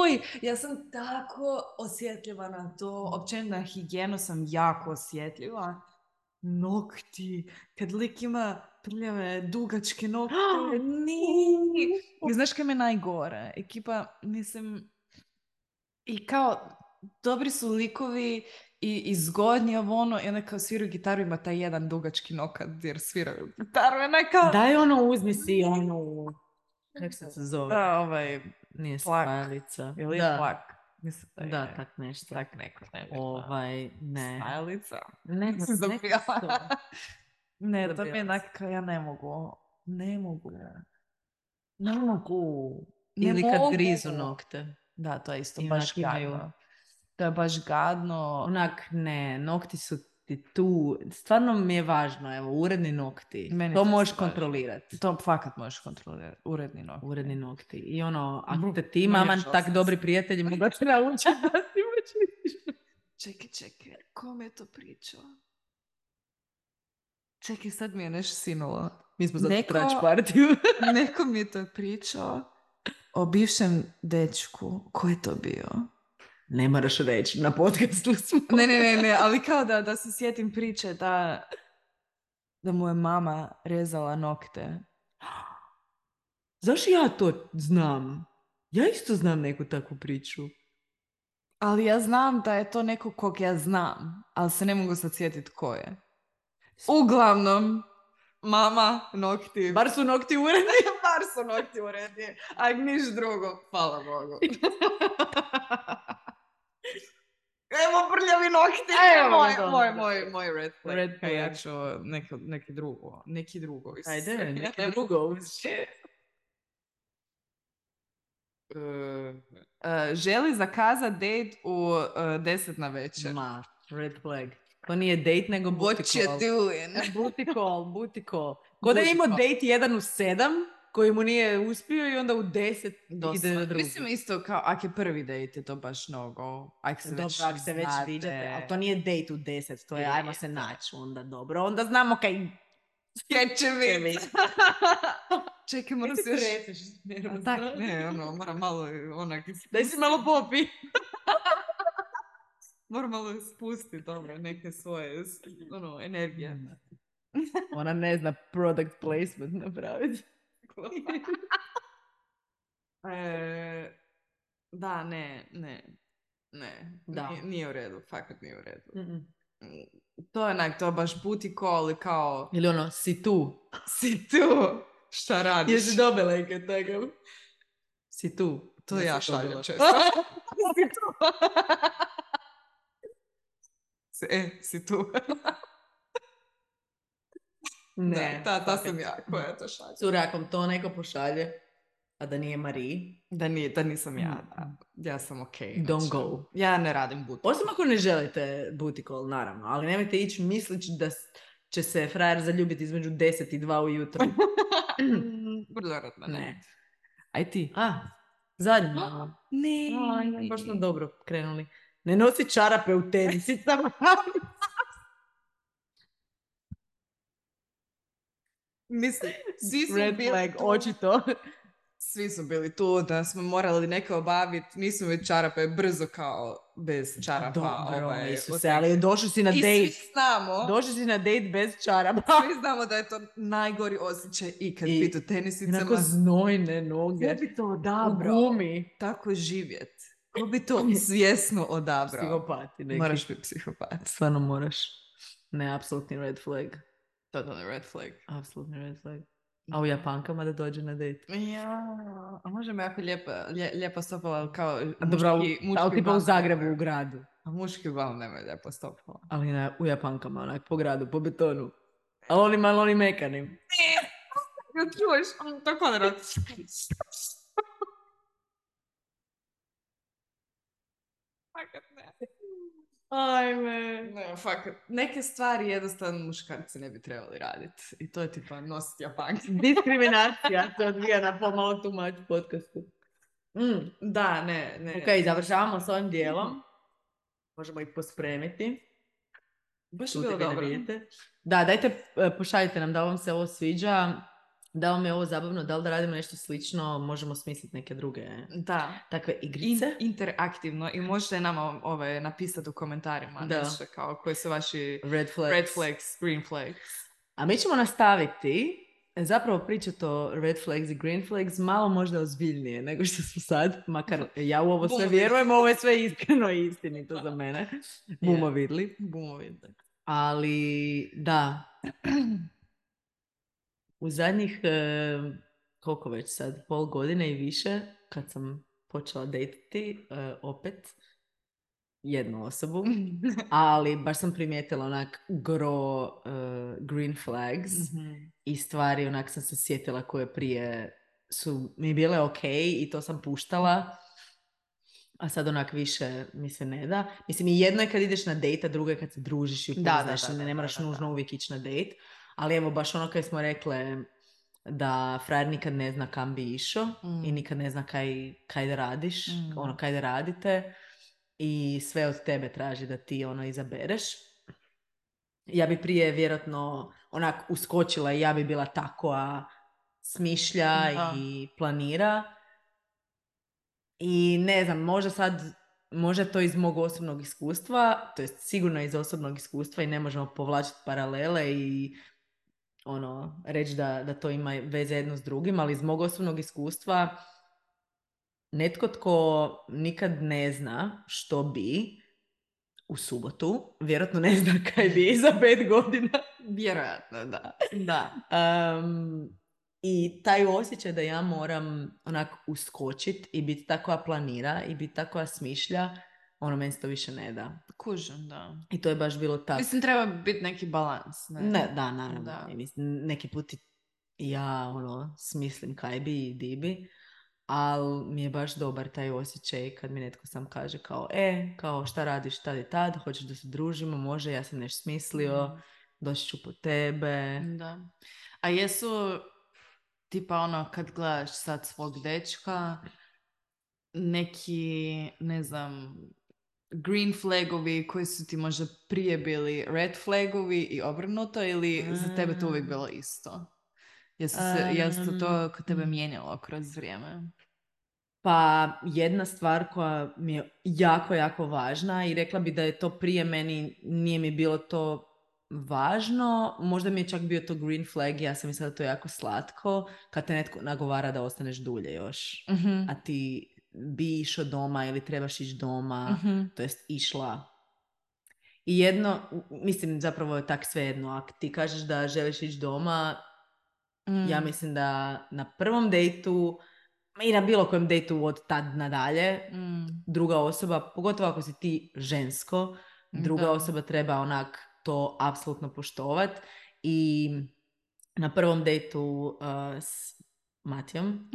S3: Uj, ja sam tako osjetljiva na to. Općenito na higijenu sam jako osjetljiva. Nokti. Kad lik ima prljave, dugačke nokte. ni. I znaš kaj mi je najgore? Ekipa, mislim... I kao, dobri su likovi i, i zgodni ovo ono. I onda kao sviraju gitaru, ima taj jedan dugački nokat jer sviraju gitaru. I ona kao...
S2: Daj ono, uzmi si onu... Kako se to zove?
S3: Da, ovaj,
S2: Nije
S3: Plak.
S2: spajalica.
S3: ili
S2: da.
S3: plak. Mislim da,
S2: Da,
S3: je
S2: tak nešto.
S3: tak neko. Ne, znam.
S2: Ovaj, ne.
S3: Stajalica.
S2: Ne,
S3: Nisi zapila.
S2: to.
S3: Ne, to mi je
S2: Dobila
S3: onak, kao ja ne mogu. ono, Ne mogu. Ne mogu. Ne
S2: Ili kad
S3: mogu.
S2: grizu nokte.
S3: Da, to je isto
S2: I
S3: baš
S2: onak imaju-
S3: gadno. To je baš gadno.
S2: Onak, ne, nokti su ti tu. Stvarno mi je važno, evo, uredni nokti.
S3: Meni
S2: to
S3: to
S2: možeš
S3: isto važno.
S2: kontrolirati.
S3: To fakat možeš kontrolirati. Uredni nok.
S2: Uredni nokti. I ono, ako
S3: Bru,
S2: te ti,
S3: manje
S2: maman, tak
S3: šosac.
S2: dobri prijatelji mogu te naučiti da si učiniš.
S3: Čekaj, čekaj. Kom je to pričao? Čekaj, sad mi je nešto sinulo.
S2: Mi smo
S3: zato
S2: Neko...
S3: trač
S2: partiju.
S3: Neko mi je to pričao o bivšem dečku. Ko je to bio?
S2: Ne moraš reći, na podcastu smo.
S3: Ne, ne, ne, ne, ali kao da, da se sjetim priče da, da mu je mama rezala nokte.
S2: Zašto ja to znam? Ja isto znam neku takvu priču.
S3: Ali ja znam da je to neko kog ja znam, ali se ne mogu sad sjetiti ko je. Uglavnom, mama, nokti.
S2: Bar su nokti uredni.
S3: Bar su nokti uredni, a niš drugo, hvala Bogu. Evo prljavi nokti,
S2: Evo,
S3: moj,
S2: dobro.
S3: moj, moj, moj red flag.
S2: Red
S3: Kaj Ja
S2: flag.
S3: ću neko, neki drugo, neki drugo. Isuse.
S2: Ajde,
S3: Ja
S2: neke
S3: ne mogu
S2: drugo uzi.
S3: E, želi zakazat date u e, 10 na večer.
S2: Ma, red flag. To nije date, nego booty call.
S3: doing?
S2: Booty call, booty call. Ko da je imao
S3: Booty
S2: date jedan u sedam, koji mu nije uspio i onda u deset ide na drugi.
S3: Mislim isto kao, ako je prvi date je to baš nogo. Ako se
S2: Dobro,
S3: već
S2: ako se već
S3: znate. Ja,
S2: viđate, ali to nije date u deset, to je
S3: Je,
S2: ajmo se naći onda dobro, onda znamo kaj
S3: Kaj će
S2: će
S3: biti?
S2: biti.
S3: Čekaj, moram
S2: Ti
S3: se još...
S2: tresiš,
S3: A
S2: nervozna.
S3: Tak, ne, ono, moram malo onak...
S2: Daj si malo popi.
S3: Moram malo spustiti, dobro, neke svoje, s- ono, energije.
S2: ja. Ona ne zna product placement napraviti. Mm.
S3: E, da, ne, ne, ne.
S2: Da.
S3: Nije, nije u redu, fakat nije u redu. Mm, To je onak, to je baš booty call i kao,
S2: Ili ono, si tu.
S3: si tu, šta radiš?
S2: Jesi dobila je takav? Si tu.
S3: to ja
S2: Jesi
S3: šaljem
S2: dobila?
S3: često. si tu. Si- e, si tu.
S2: Ne.
S3: da, ta, ta
S2: fakat.
S3: sam ja koja to šalje.
S2: Curakom to neko pošalje, a da nije Mariji.
S3: Da, nije, da nisam ja, da. Ja sam okej.
S2: Don't
S3: znači.
S2: go.
S3: Ja ne radim booty
S2: Osim ako ne želite booty call, naravno, ali nemojte ići mislići da s- će se frajer zaljubiti između 10 i 2 ujutro.
S3: Mm, Vrlo vjerojatno
S2: Ne.
S3: Aj ti.
S2: A, zadnja.
S3: Ne.
S2: Aj, Baš smo dobro krenuli. Ne nosi čarape u tenisicama.
S3: Mislim, svi su
S2: Red
S3: bili
S2: flag,
S3: tu.
S2: očito.
S3: Svi su bili tu da smo morali neke obaviti. Nisu mi čarape brzo kao bez čarapa.
S2: Dobro,
S3: ovaj,
S2: Isuse,
S3: otek-
S2: ali došli si na
S3: I
S2: date.
S3: svi znamo.
S2: Došli si na date bez čarapa.
S3: Svi znamo da je to najgori osjećaj ikad
S2: Pa. I-
S3: biti u tenisicama.
S2: Onako znojne noge.
S3: bi to
S2: U gumi.
S3: Tako živjet. Ko bi to svjesno odabrao?
S2: Psihopati neki.
S3: Moraš biti psihopat.
S2: Stvarno moraš. Ne, apsolutni red flag.
S3: Totalni red flag.
S2: Apsolutni red flag. A u Japankama da dođe na date.
S3: Ja, a može me jako lijepa, lje- lijepa stopala kao muški,
S2: A Dobro, ali- ali tipa u
S3: uglavnom
S2: Zagrebu,
S3: nemaju.
S2: u gradu.
S3: A muški uglavnom nemaju lijepa stopala.
S2: Ali na, u Japankama, onak, po gradu, po betonu. Ali onim, ali onim mekanim.
S3: kad čuješ, on tako on radi. Fakat ne. Ajme. Ne, fakat. Neke stvari jednostavno muškarci ne bi trebali raditi. I to je tipa nositi japanke.
S2: Diskriminacija se odvija na pomalo tumač podcastu. Mm,
S3: Da, ne, ne.
S2: ok, završavamo s ovim dijelom. Možemo ih pospremiti.
S3: Baš je
S2: Čujte
S3: bilo
S2: ga da
S3: dobro.
S2: vidite. Da, dajte, e, pošaljite nam da vam se ovo sviđa, da vam je ovo zabavno, da li da radimo nešto slično, možemo smisliti neke druge e,
S3: Da.
S2: takve
S3: In-
S2: igrice.
S3: interaktivno i možete nama ove, napisati u komentarima
S2: Da.
S3: nešto kao koji su vaši
S2: Red flags.
S3: red flags, green flags.
S2: A mi ćemo nastaviti e, zapravo pričati o red flags i green flags malo možda ozbiljnije nego što smo sad, makar ja u ovo sve
S3: Bumovidli.
S2: vjerujem, ovo je sve iskreno i istinito za mene. Bumo vidli.
S3: Bumovi. da.
S2: Ali da, u zadnjih e, koliko već sad, pol godine i više, kad sam počela dejtiti e, opet jednu osobu, ali baš sam primijetila onak gro e, green flags i stvari onak sam se sjetila koje prije su mi bile ok i to sam puštala. A sad onak više mi se ne da. Mislim, i jedno je kad ideš na date, a drugo je kad se družiš i
S3: Da, da,
S2: upoznaš.
S3: da,
S2: ne,
S3: da,
S2: ne
S3: da,
S2: moraš
S3: da, da.
S2: nužno uvijek ići na date. Ali evo, baš ono kad smo rekle da frajer nikad ne zna kam bi išao
S3: Mm.
S2: i nikad ne zna kaj, kaj da radiš,
S3: Mm.
S2: ono kaj da radite i sve od tebe traži da ti ono izabereš. Ja bi prije vjerojatno onak uskočila i ja bi bila ta koja smišlja
S3: Da.
S2: i planira. I ne znam, možda sad, možda to iz mog osobnog iskustva, to jest sigurno iz osobnog iskustva i ne možemo povlačiti paralele i ono, reći da, da to ima veze jedno s drugim, ali iz mog osobnog iskustva netko tko nikad ne zna što bi u subotu, vjerojatno ne zna kaj bi za pet godina.
S3: Vjerojatno, da. Da.
S2: Em, I taj osjećaj da ja moram onak uskočit i biti ta koja planira i biti ta koja smišlja, ono meni se to više ne da.
S3: Kužim, da.
S2: I to je baš bilo tako.
S3: Mislim, treba biti neki balans. Ne?
S2: Ne, da, naravno.
S3: Da.
S2: I mislim, neki put i ja ono, smislim kaj bi i di bi, ali mi je baš dobar taj osjećaj kad mi netko sam kaže kao, e, kao šta radiš tad i tad, hoćeš da se družimo, može, ja sam nešto
S3: Mhm.
S2: smislio, doći ću po tebe.
S3: Mm, Da. A jesu, tipa ono, kad gledaš sad svog dečka, neki, ne znam, green flagovi koji su ti možda prije bili red flagovi i obrnuto ili za tebe to uvijek bilo isto? Jesu se, jesu
S2: Em,
S3: to kod tebe mijenjalo kroz vrijeme?
S2: Pa jedna stvar koja mi je jako, jako važna i rekla bi da je to prije meni, nije mi bilo to važno, možda mi je čak bio to green flag, ja sam mislila da je to jako slatko, kad te netko nagovara da ostaneš dulje još,
S3: Mhm,
S2: a ti bi išao doma ili trebaš ići doma,
S3: mhm.
S2: to jest išla. I jedno, mislim zapravo je tak svejedno, ako ti kažeš da želiš ići doma,
S3: Mm.
S2: ja mislim da na prvom dejtu, ma i na bilo kojem dejtu od tad nadalje,
S3: Mm,
S2: druga osoba, pogotovo ako si ti žensko, druga
S3: da.
S2: osoba treba onak to apsolutno poštovat. I na prvom dejtu uh, s Matijom,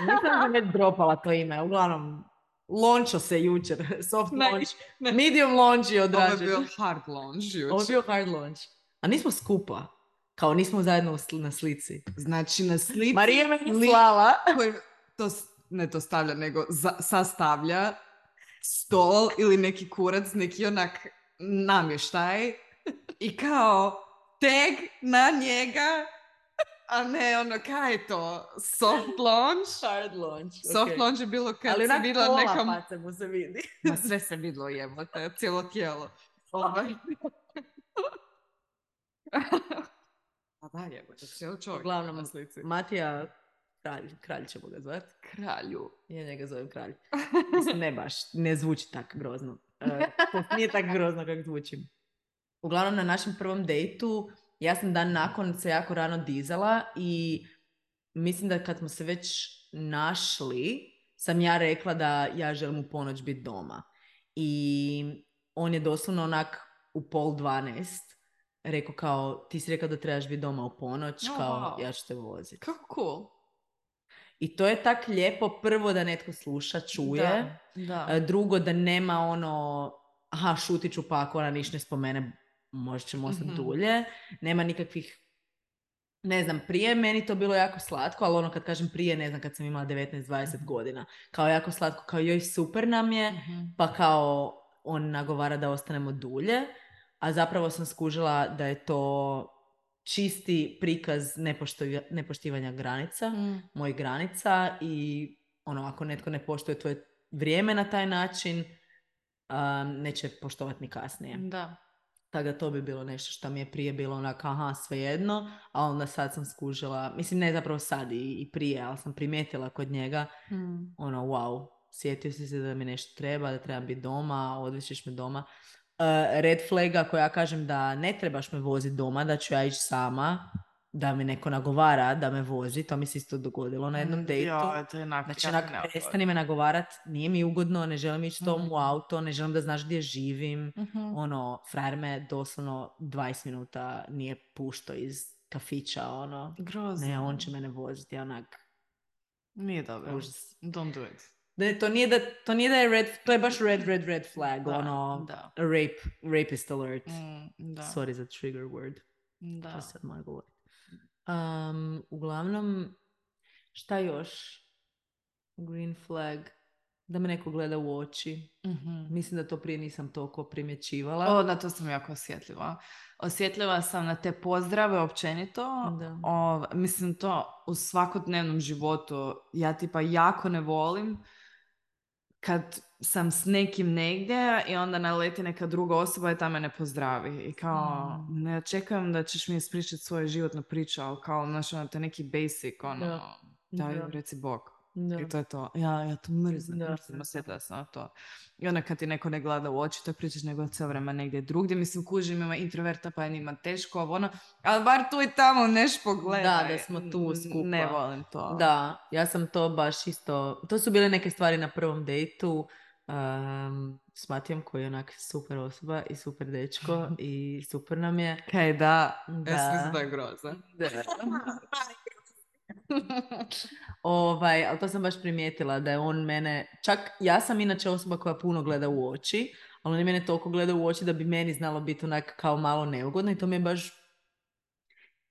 S2: nisam da ne dropala to ime, uglavnom, lončo se jučer, soft
S3: Ne,
S2: launch, medium launch je
S3: Ovo je
S2: odrađen.
S3: bio hard launch
S2: Ovo je
S3: jučer.
S2: bio hard launch. A nismo skupa, kao nismo zajedno u sli- na slici.
S3: Znači na slici
S2: Marija me je
S3: lik
S2: slala.
S3: koji to, s- ne to stavlja, nego za- sastavlja stol ili neki kurac, neki onak namještaj i kao tag na njega, a ne ono, kaj je to? Soft launch?
S2: Hard launch.
S3: Soft launch je bilo kad
S2: Ali
S3: se
S2: onak
S3: vidjela
S2: pola pa.
S3: nekom...
S2: face mu se vidi.
S3: Ma sve se vidlo jebote, cijelo tijelo. Ovaj. A Pa da jebote, cijelo čovjek.
S2: Uglavnom,
S3: na slici.
S2: Matija, kralj, kralj ćemo ga zvati.
S3: Kralju.
S2: Ja njega zovem kralj. Mislim, ne baš, ne zvuči tak grozno. E, to nije tak grozno kako zvuči. Uglavnom, na našem prvom dejtu, ja sam dan nakon se jako rano dizala i mislim da kad smo se već našli, sam ja rekla da ja želim u ponoć biti doma. I on je doslovno onak u pol dvanest rekao kao, ti si rekao da trebaš biti doma u ponoć,
S3: O,
S2: kao,
S3: wow.
S2: ja ću te voziti.
S3: Kako cool.
S2: I to je tak lijepo, prvo da netko sluša, čuje,
S3: Da.
S2: E, drugo da nema ono, aha, šutit ću pa ako ona niš ne spomene, možda ćemo ostati
S3: Mhm.
S2: dulje, nema nikakvih ne znam, prije meni to bilo jako slatko, ali ono kad kažem prije, ne znam, kad sam imala 19-20 godina, kao jako slatko, kao joj super nam je,
S3: Mhm.
S2: pa kao on nagovara da ostanemo dulje, a zapravo sam skužila da je to čisti prikaz nepoštovi- nepoštivanja granica,
S3: Mm.
S2: mojih granica i ono, ako netko ne poštuje tvoje vrijeme na taj način, um, neće poštovati ni kasnije.
S3: Da.
S2: Tako da to bi bilo nešto što mi je prije bilo onako, aha, svejedno, a onda sad sam skužila, mislim ne zapravo sad i, i prije, ali sam primijetila kod njega,
S3: Mm.
S2: ono, wow, sjetio si se da mi nešto treba, da trebam biti doma, odvećeš me doma. E, red flag ako ja kažem da ne trebaš me voziti doma, da ću ja ići sama, da me neko nagovara da me vozi, to mi se isto dogodilo na jednom dejtu.
S3: Mm, Ja, to je onak,
S2: Znači,
S3: jako
S2: onak,
S3: neugodno.
S2: prestani me nagovarat, nije mi ugodno, ne želim ići tom
S3: Mhm.
S2: u auto, ne želim da znaš gdje živim.
S3: Mhm.
S2: Ono, frajer me doslovno 20 minuta nije pušto iz kafića, ono.
S3: Grozno.
S2: Ne, on će mene voziti, ja onak,
S3: Nije dobro.
S2: užas.
S3: Don't do it.
S2: Ne, to nije da, to nije da je red, to je baš red, red, red flag,
S3: Da,
S2: ono,
S3: Da.
S2: rape, rapist alert.
S3: Mm, da.
S2: Sorry za trigger word,
S3: da.
S2: to sad moram govoriti. Um, uglavnom, šta još? Green flag, da me neko gleda u oči.
S3: Mhm.
S2: Mislim da to prije nisam toliko primjećivala.
S3: O, na to sam jako osjetljiva. Osjetljiva sam na te pozdrave općenito.
S2: Da.
S3: Ov- mislim to u svakodnevnom životu ja tipa jako ne volim kad sam s nekim negdje i onda naleti neka druga osoba i ta mene pozdravi i kao
S2: Mm.
S3: ne očekujem da ćeš mi ispričati svoju životnu priču ali kao znaš ono to je neki basic ono
S2: Da.
S3: daj
S2: Da.
S3: reci bok
S2: Da.
S3: i to je to. Ja, ja to mrzim,
S2: Da.
S3: mrzim, osjetila sam na to. I onda kad ti neko ne gleda u oči, to pričaš nego cijelo vremena negdje drugdje. Mislim, kužim, ima introverta, pa je njima teško, ovo ono. Ali bar tu i tamo neš pogledaj.
S2: Da, da smo tu skupa.
S3: Ne volim to.
S2: Da, ja sam to baš isto, to su bile neke stvari na prvom dejtu um, s Matijom koji je onak super osoba i super dečko i super nam je.
S3: Kaj, da.
S2: Da.
S3: Ja sam mislila da je groza.
S2: Ovaj, ali to sam baš primijetila da je on mene, čak ja sam inače osoba koja puno gleda u oči, ali on je mene toliko gleda u oči da bi meni znalo biti onak kao malo neugodno i to mi je baš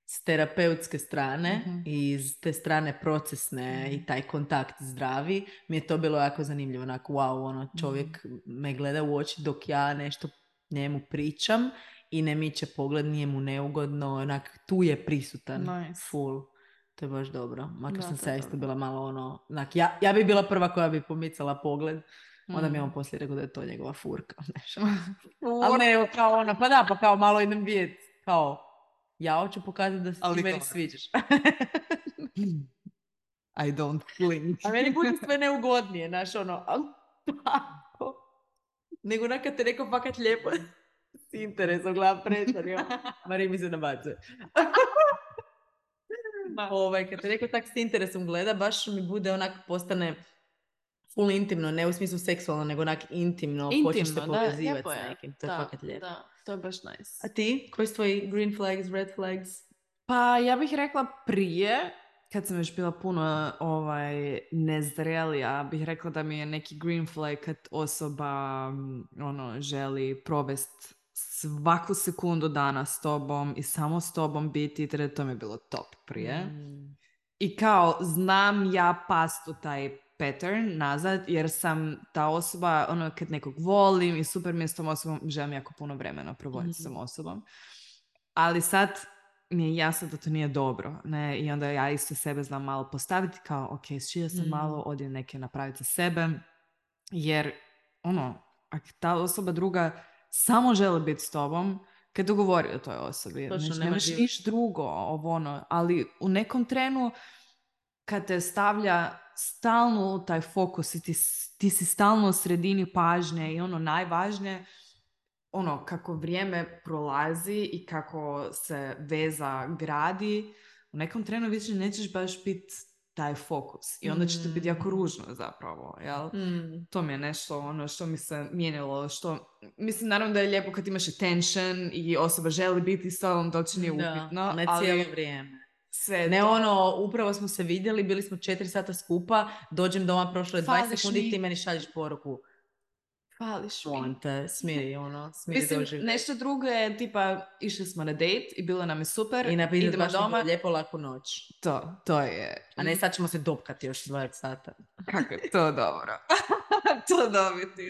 S2: s terapeutske strane
S3: Mhm.
S2: i iz te strane procesne
S3: Mhm.
S2: i taj kontakt zdravi mi je to bilo jako zanimljivo, onako wow, ono
S3: Mhm.
S2: čovjek me gleda u oči dok ja nešto njemu pričam i ne miče pogled, nije mu neugodno, onak tu je prisutan,
S3: Nice.
S2: full. To je baš dobro. Makar
S3: Da,
S2: sam
S3: to
S2: se
S3: je
S2: ja isto
S3: dobro.
S2: bila malo ono... Onak, ja, ja bi bila prva koja bi pomicala pogled. Onda mi je
S3: Mm.
S2: on poslije rekao da je to njegova furka. Nešto. Ali ne, evo, kao ono, pa da, pa kao malo idem vidjet. Kao, ja hoću pokazati da se
S3: Ali
S2: ti meni
S3: dobro.
S2: sviđaš.
S3: I don't blink.
S2: A meni bude sve neugodnije, znaš, ono, ali tako. Nego onak kad te neko fakat lijepo s interesom gleda prešar, jo. Marija mi se nabacuje. ovaj, kad te neko tak s interesom gleda, baš mi bude onak, postane full intimno, ne u smislu seksualno, nego onak intimno, počneš se
S3: Intimno, da,
S2: povezivati
S3: lijepo
S2: s
S3: je.
S2: nekim. To je
S3: Da,
S2: fakat lijepo.
S3: Da, to je baš
S2: A
S3: nice.
S2: ti? Koji su tvoji green flags, red flags?
S3: Pa ja bih rekla prije, kad sam još bila puno ovaj, nezrelija, bih rekla da mi je neki green flag kad osoba mm, ono, želi provest svaku sekundu dana s tobom i samo s tobom biti, tre- to mi je bilo top prije.
S2: Mm.
S3: I kao, znam ja past u taj pattern nazad, jer sam ta osoba, ono, kad nekog volim i super mi je s tom osobom, želim jako puno vremena provoditi s
S2: Mhm.
S3: tom osobom. Ali sad mi je jasno da to nije dobro, ne, i onda ja isto sebe znam malo postaviti kao, ok, šio sam
S2: Mhm.
S3: malo, ovdje neke napraviti za sebe, jer, ono, ako ta osoba druga samo želi biti s tobom, kad dogovori o toj osobi,
S2: Točno,
S3: znači,
S2: nema
S3: nemaš
S2: živ-
S3: niš drugo, ovo ono, ali u nekom trenu kad te stavlja stalno u taj fokus i ti, s- ti si stalno u sredini pažnje i ono najvažnije, ono kako vrijeme prolazi i kako se veza gradi, u nekom trenu više nećeš baš biti taj fokus i onda će to biti
S2: Mm.
S3: jako ružno zapravo, jel?
S2: Mm.
S3: To mi je nešto ono što mi se mijenjalo, što mislim naravno da je lijepo kad imaš attention i osoba želi biti s tobom, to uopće nije
S2: Da,
S3: upitno,
S2: ne cijelo
S3: ali
S2: vrijeme.
S3: sve je
S2: Ne
S3: to-
S2: ono, upravo smo se vidjeli, bili smo četiri sata skupa, dođem doma, prošlo je 20
S3: Fališ
S2: sekundi i
S3: mi.
S2: ti meni šalješ poruku.
S3: fališ mi.
S2: Molim te, smiri, ono, smiri
S3: Mislim,
S2: doživ.
S3: nešto drugo je, tipa, išli smo na date i bilo nam je super.
S2: I napisati
S3: idemo
S2: baš neko
S3: doma.
S2: lijepo laku noć.
S3: To, to je.
S2: A ne sad ćemo se dopkati još 20 sata.
S3: Kako je to dobro. to dobiti.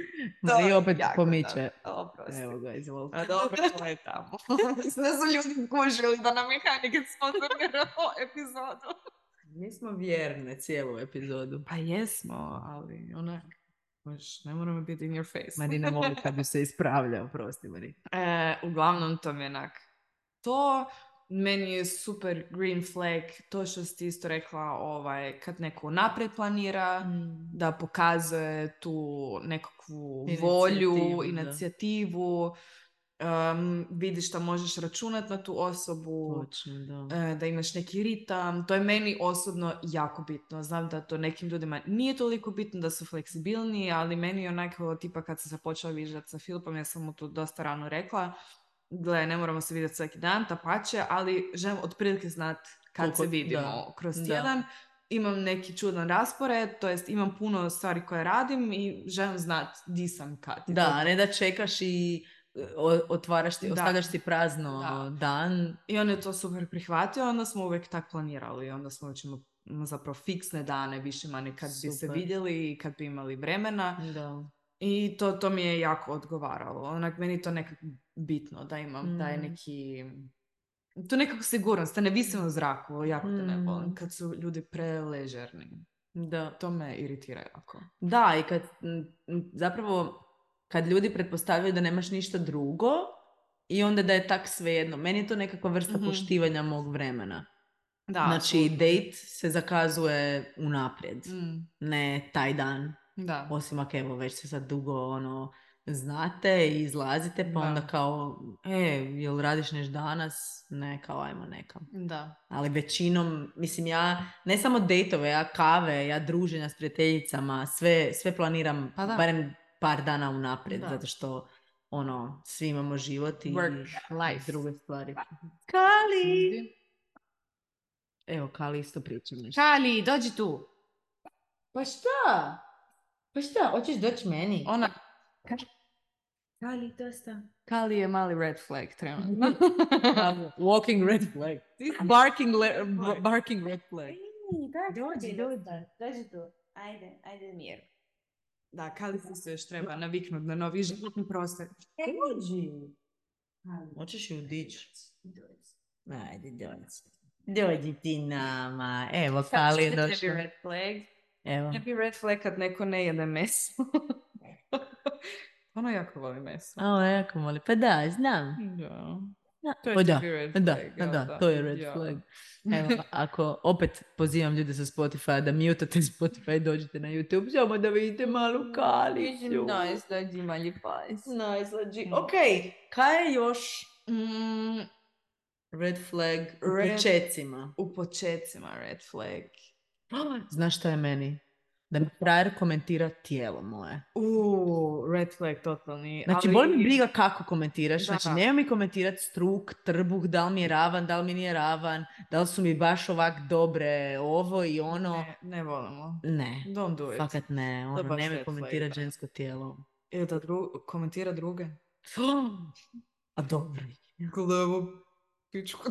S3: To
S2: I
S3: je
S2: opet
S3: jako
S2: pomiče.
S3: dobro. Oprosti.
S2: Evo ga, izvolite.
S3: A dobro, to je tamo. Mislim da su ljudi kužili da nam je Hannigan sponzorirao epizodu.
S2: Mi smo vjerne cijelu epizodu.
S3: Pa jesmo, ali onak, baš ne moramo biti in your face.
S2: Marina mogu kad bi se ispravljao, prosti Marina.
S3: E, uglavnom to mi je onak to. Meni je super green flag to što si ti isto rekla ovaj, kad neko naprijed planira,
S2: Mhm.
S3: da pokazuje tu nekakvu volju,
S2: Inicijativu, da.
S3: inicijativu, em, vidiš da možeš računati na tu osobu,
S2: Točno, da.
S3: e, da imaš neki ritam. To je meni osobno jako bitno. Znam da to nekim ljudima nije toliko bitno da su fleksibilni, ali meni je onako tipa kad sam se počela viđati sa Filipom, ja sam mu to dosta rano rekla. Gle, ne moramo se vidjeti svaki dan, tapače, ali želim otprilike znat kad
S2: Koliko-
S3: se vidimo
S2: da,
S3: kroz
S2: da.
S3: tjedan. Imam neki čudan raspored, to jest imam puno stvari koje radim i želim znat di sam kad. I
S2: Da,
S3: to-
S2: a ne da čekaš i e, o- otvaraš ti,
S3: Da.
S2: ostavljaš ti prazno
S3: Da.
S2: dan.
S3: I on je to super prihvatio, onda smo uvijek tak planirali, onda smo već imali m, zapravo fiksne dane više manje kad bi se
S2: Super.
S3: vidjeli i kad bi imali vremena
S2: Da.
S3: i to, to mi je jako odgovaralo. Onak, meni je to nekako bitno da imam, da je
S2: Mm.
S3: neki... To je nekako sigurnost, da ne visim u zraku, jako te ne
S2: Mm.
S3: volim, kad su ljudi preležerni.
S2: Da.
S3: To me iritira jako.
S2: Da, i kad m, m, zapravo kad ljudi pretpostavljaju da nemaš ništa drugo i onda da je tak svejedno. Meni je to nekakva vrsta
S3: Mhm.
S2: poštivanja mog vremena.
S3: Da,
S2: znači, date se zakazuje unaprijed,
S3: Mm,
S2: ne taj dan.
S3: da.
S2: Osim ako evo već se sad dugo ono znate i izlazite, pa
S3: Da.
S2: onda kao, e, jel radiš neš danas? Ne, kao ajmo nekam.
S3: Da.
S2: Ali većinom, mislim ja, ne samo dejtove, ja kave, ja druženja s prijateljicama, sve, sve planiram
S3: Pa da.
S2: barem par dana unaprijed,
S3: Da.
S2: zato što ono, svi imamo život i
S3: Work, life.
S2: druge stvari.
S3: Kali!
S2: Evo, Kali isto pričam nešto.
S3: Kali, dođi tu!
S2: Pa šta? Pa šta, hoćeš doći meni?
S3: Ona,
S2: Kali, dosta.
S3: Kali je mali red flag trenutno.
S2: Um, walking red flag. Barking, le- b- barking red flag.
S4: Dođi, dođi. Dođi tu. Ajde, ajde mir.
S3: Da, Kali se isto još treba naviknuti na novi životni prostor.
S4: Dođi.
S2: Hoćeš ju dići? Ajde, dođi. Dođi ti nama. Evo, Kali je došla.
S3: red flag.
S2: Evo.
S3: Tebi red flag kad neko ne jede meso. Ona jako voli meso.
S2: A, ona jako moli. Pa da, znam.
S3: Da.
S2: Da.
S3: To
S2: Pa
S3: je
S2: da,
S3: tebi red
S2: Da,
S3: flag,
S2: da,
S3: jel
S2: da, to je red
S3: Ja.
S2: flag. Evo, ako opet pozivam ljude sa Spotify da mutate Spotify i dođete na YouTube, samo da vidite malu Kaliću. Mm.
S4: Najslađi mali pajs.
S2: Najslađi. Ok, kaj je još
S3: Mm,
S2: red flag
S3: Red-
S2: u počecima?
S3: u početcima red flag.
S2: Znaš šta je meni? Da mi frajer komentira tijelo moje.
S3: Uuu, red flag totalni.
S2: Znači,
S3: ali-
S2: boli mi briga kako komentiraš.
S3: Da.
S2: Znači, nema mi komentirati struk, trbuh, da li mi je ravan, da li mi nije ravan, da li su mi baš ovak dobre ovo i ono.
S3: Ne, ne volimo.
S2: Ne,
S3: Don't do it.
S2: fakat ne. Ono,
S3: baš
S2: ne
S3: red
S2: mi
S3: flag,
S2: komentirati
S3: da.
S2: žensko tijelo.
S3: Ili da dru- komentira druge.
S2: A dobro.
S3: Glavu pičku.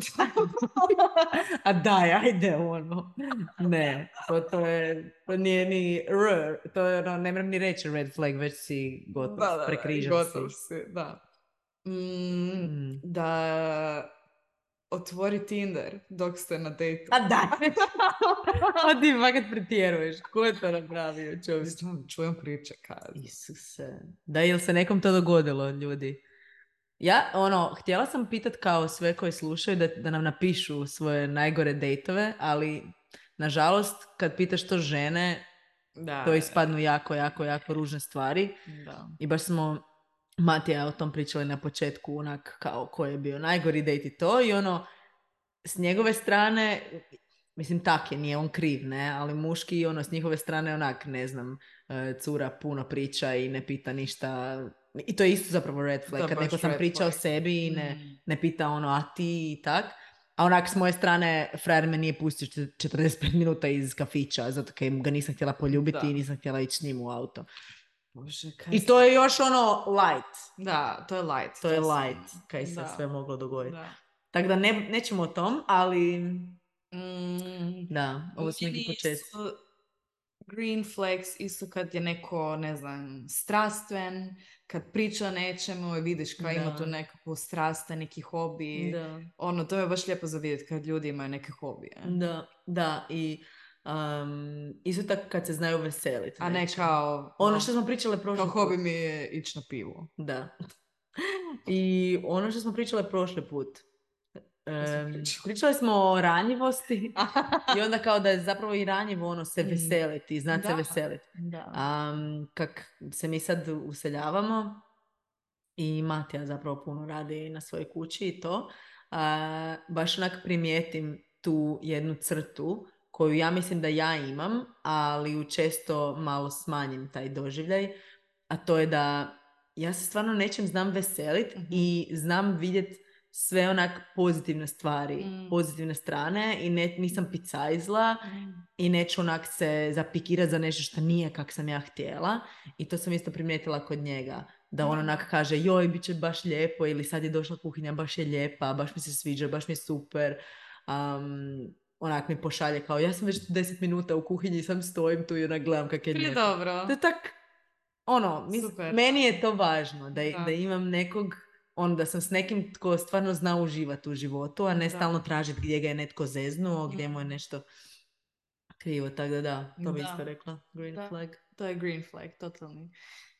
S2: A daj, ajde, ono. Ne, to, to je, to nije ni r, to je ono, ne moram ni reći red flag, već si gotov,
S3: Da, da, da,
S2: prekrižan
S3: gotov
S2: si.
S3: si, da. Mm,
S2: Mm.
S3: da otvori Tinder dok ste na dejtu.
S2: A da. A ti fakat pretjeruješ. Ko je to napravio, čovječ?
S3: Mislim, čujem priče kad.
S2: Isuse. Da, jel se nekom to dogodilo, ljudi? Ja, ono, htjela sam pitat kao sve koji slušaju da, da nam napišu svoje najgore dejtove, ali nažalost kad pitaš to žene,
S3: Da,
S2: to ispadnu jako, jako, jako ružne stvari.
S3: da.
S2: I baš smo Matija o tom pričali na početku, onak kao ko je bio najgori date i to. I ono, s njegove strane, Mislim, tak je, nije on kriv, ne? Ali muški, ono, s njihove strane, onak, ne znam, e, cura puno priča i ne pita ništa. I to je isto zapravo red flag.
S3: Da,
S2: Kad
S3: baš
S2: neko sam
S3: red
S2: pričao o
S3: flag.
S2: sebi i ne,
S3: Mm.
S2: ne pita ono, a ti i tak. A onak, s moje strane, frajer me nije pustio čet- 45 minuta iz kafića, zato kaj mu ga nisam htjela poljubiti
S3: Da.
S2: i nisam htjela ići s njim u auto.
S3: Bože, kaj
S2: I to je još ono light.
S3: Da, to je light.
S2: To je
S3: sam-
S2: light, kaj se
S3: Da.
S2: sve moglo dogoditi.
S3: Da.
S2: Tako da ne, nećemo o tom, ali
S3: Mm,
S2: da, ovo su neki
S3: meni
S2: početci.
S3: isto Green flags isto kad je neko, ne znam, strastven, kad priča o nečemu i vidiš kao ima
S2: Da.
S3: tu nekakvu strast, neki hobi.
S2: Da.
S3: Ono, to je baš lijepo za vidjeti kad ljudi imaju neke hobije.
S2: Da, da, i um, isto tako kad se znaju veseliti.
S3: A ne
S2: nečemu.
S3: kao...
S2: Ono
S3: no,
S2: što smo pričale prošli
S3: Kao
S2: put.
S3: hobi mi je ići na pivo.
S2: Da. I ono što smo pričale prošli put.
S3: smo
S2: Em,
S3: pričale?
S2: pričale smo o ranjivosti i onda kao da je zapravo i ranjivo ono se
S3: Mm.
S2: veseliti, znat se
S3: Da.
S2: veseliti.
S3: Da.
S2: Am, kak se mi sad useljavamo i Matija zapravo puno radi na svojoj kući i to, a, baš onak primijetim tu jednu crtu koju ja mislim da ja imam, ali ju često malo smanjim taj doživljaj, a to je da ja se stvarno nečem znam veselit
S3: Mhm.
S2: i znam vidjet sve onak pozitivne stvari,
S3: Mm.
S2: pozitivne strane i ne, nisam picajzla, i neću onak se zapikirati za nešto što nije kak sam ja htjela i to sam isto primijetila kod njega da on onak kaže joj bit će baš lijepo ili sad je došla kuhinja baš je lijepa, baš mi se sviđa, baš mi je super Am, onak mi pošalje kao ja sam već 10 minuta u kuhinji i sam stojim tu i onak gledam kak je
S3: Ili
S2: lijepo
S3: dobro.
S2: to je tak ono, mis-
S3: Super.
S2: meni je to važno da,
S3: Da.
S2: da imam nekog ono da sam s nekim tko stvarno zna uživati u životu, a ne
S3: Da.
S2: stalno tražiti gdje ga je netko zeznuo, gdje
S3: Mm.
S2: mu je nešto krivo, tako da da, to bi
S3: Da.
S2: isto rekla, green
S3: Da.
S2: flag.
S3: To je green flag, totalni.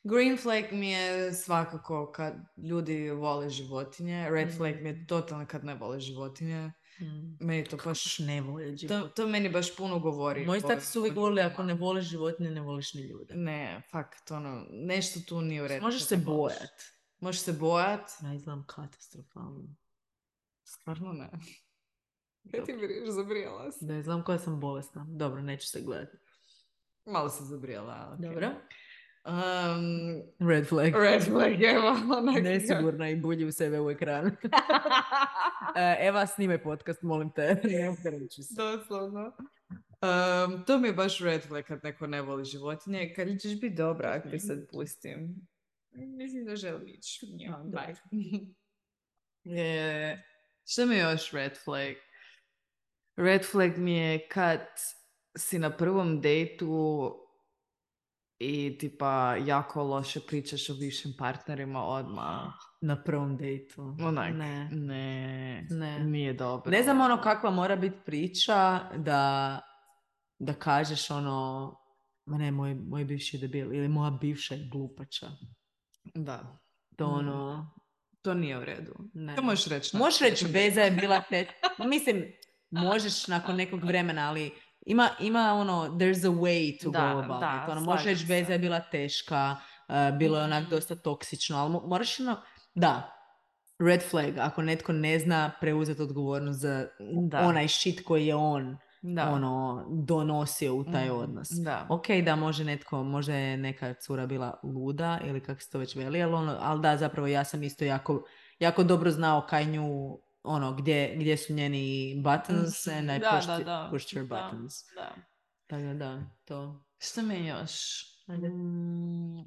S3: Green flag mi je svakako kad ljudi vole životinje, red
S2: Mm.
S3: flag mi je totalno kad ne vole životinje.
S2: Mm.
S3: Meni to baš...
S2: Baš ne vole životinje.
S3: To, to meni baš puno govori.
S2: Moji
S3: o
S2: stati su uvijek volili,
S3: životinjama.
S2: ako ne voliš životinje, ne voliš ni ljude.
S3: Ne, fakt, ono, nešto tu nije u redu.
S2: Možeš
S3: kad
S2: se
S3: ne voliš.
S2: bojat.
S3: Možeš se bojat.
S2: Ja izgledam katastrofalno.
S3: Stvarno ne. Kaj ti
S2: Dobro.
S3: briješ, zabrijala si.
S2: Da, izgledam koja sam bolesna. Dobro, neću se gledati.
S3: Malo se zabrijala, ali okej.
S2: Dobro.
S3: Um,
S2: Red flag.
S3: red flag, evo, onak.
S2: Nesigurna i bulji u sebe u ekran. Eva, snimaj podcast, molim te. Ne opterećuj se.
S3: Doslovno. Um, to mi je baš red flag kad neko ne voli životinje. Kad li ćeš biti dobra ako ti sad pustim? Mislim da želim ići. Ja,
S2: dobro.
S3: bye. E, šta mi je još red flag? Red flag mi je kad si na prvom dejtu i tipa jako loše pričaš o bivšim partnerima odmah.
S2: Na prvom dejtu.
S3: Onak,
S2: Ne.
S3: ne,
S2: Ne.
S3: nije dobro.
S2: Ne znam ono kakva mora biti priča da, da kažeš ono ma ne, moj, moj bivši je debil ili moja bivša je glupača.
S3: Da,
S2: To
S3: Mm.
S2: ono,
S3: to nije u redu.
S2: ne.
S3: To možeš reći. na-
S2: Možeš reći veza je bila te... Ma Mislim, možeš nakon nekog vremena, ali ima, ima ono, there's a way to
S3: Da,
S2: go about
S3: da,
S2: it. Ono, možeš
S3: slažem
S2: reći veza
S3: se.
S2: je bila teška, eh, bilo je onak
S3: Mhm.
S2: dosta toksično, ali mo- moraš ono, da, red flag, ako netko ne zna preuzeti odgovornost za
S3: Da.
S2: onaj shit koji je on
S3: da.
S2: ono donosio u taj
S3: Mhm,
S2: odnos.
S3: Da.
S2: Ok, da može netko, možda je neka cura bila luda ili kako se to već veli, ali, ono, ali da, zapravo ja sam isto jako, jako dobro znao kaj nju, ono, gdje, gdje su njeni buttons
S3: Mhm,
S2: and I
S3: da,
S2: pushed,
S3: da, da,
S2: pushed her
S3: da.
S2: buttons.
S3: da.
S2: Tako da, da, to.
S3: Šta mi je još?
S2: Ajde.
S3: Mm,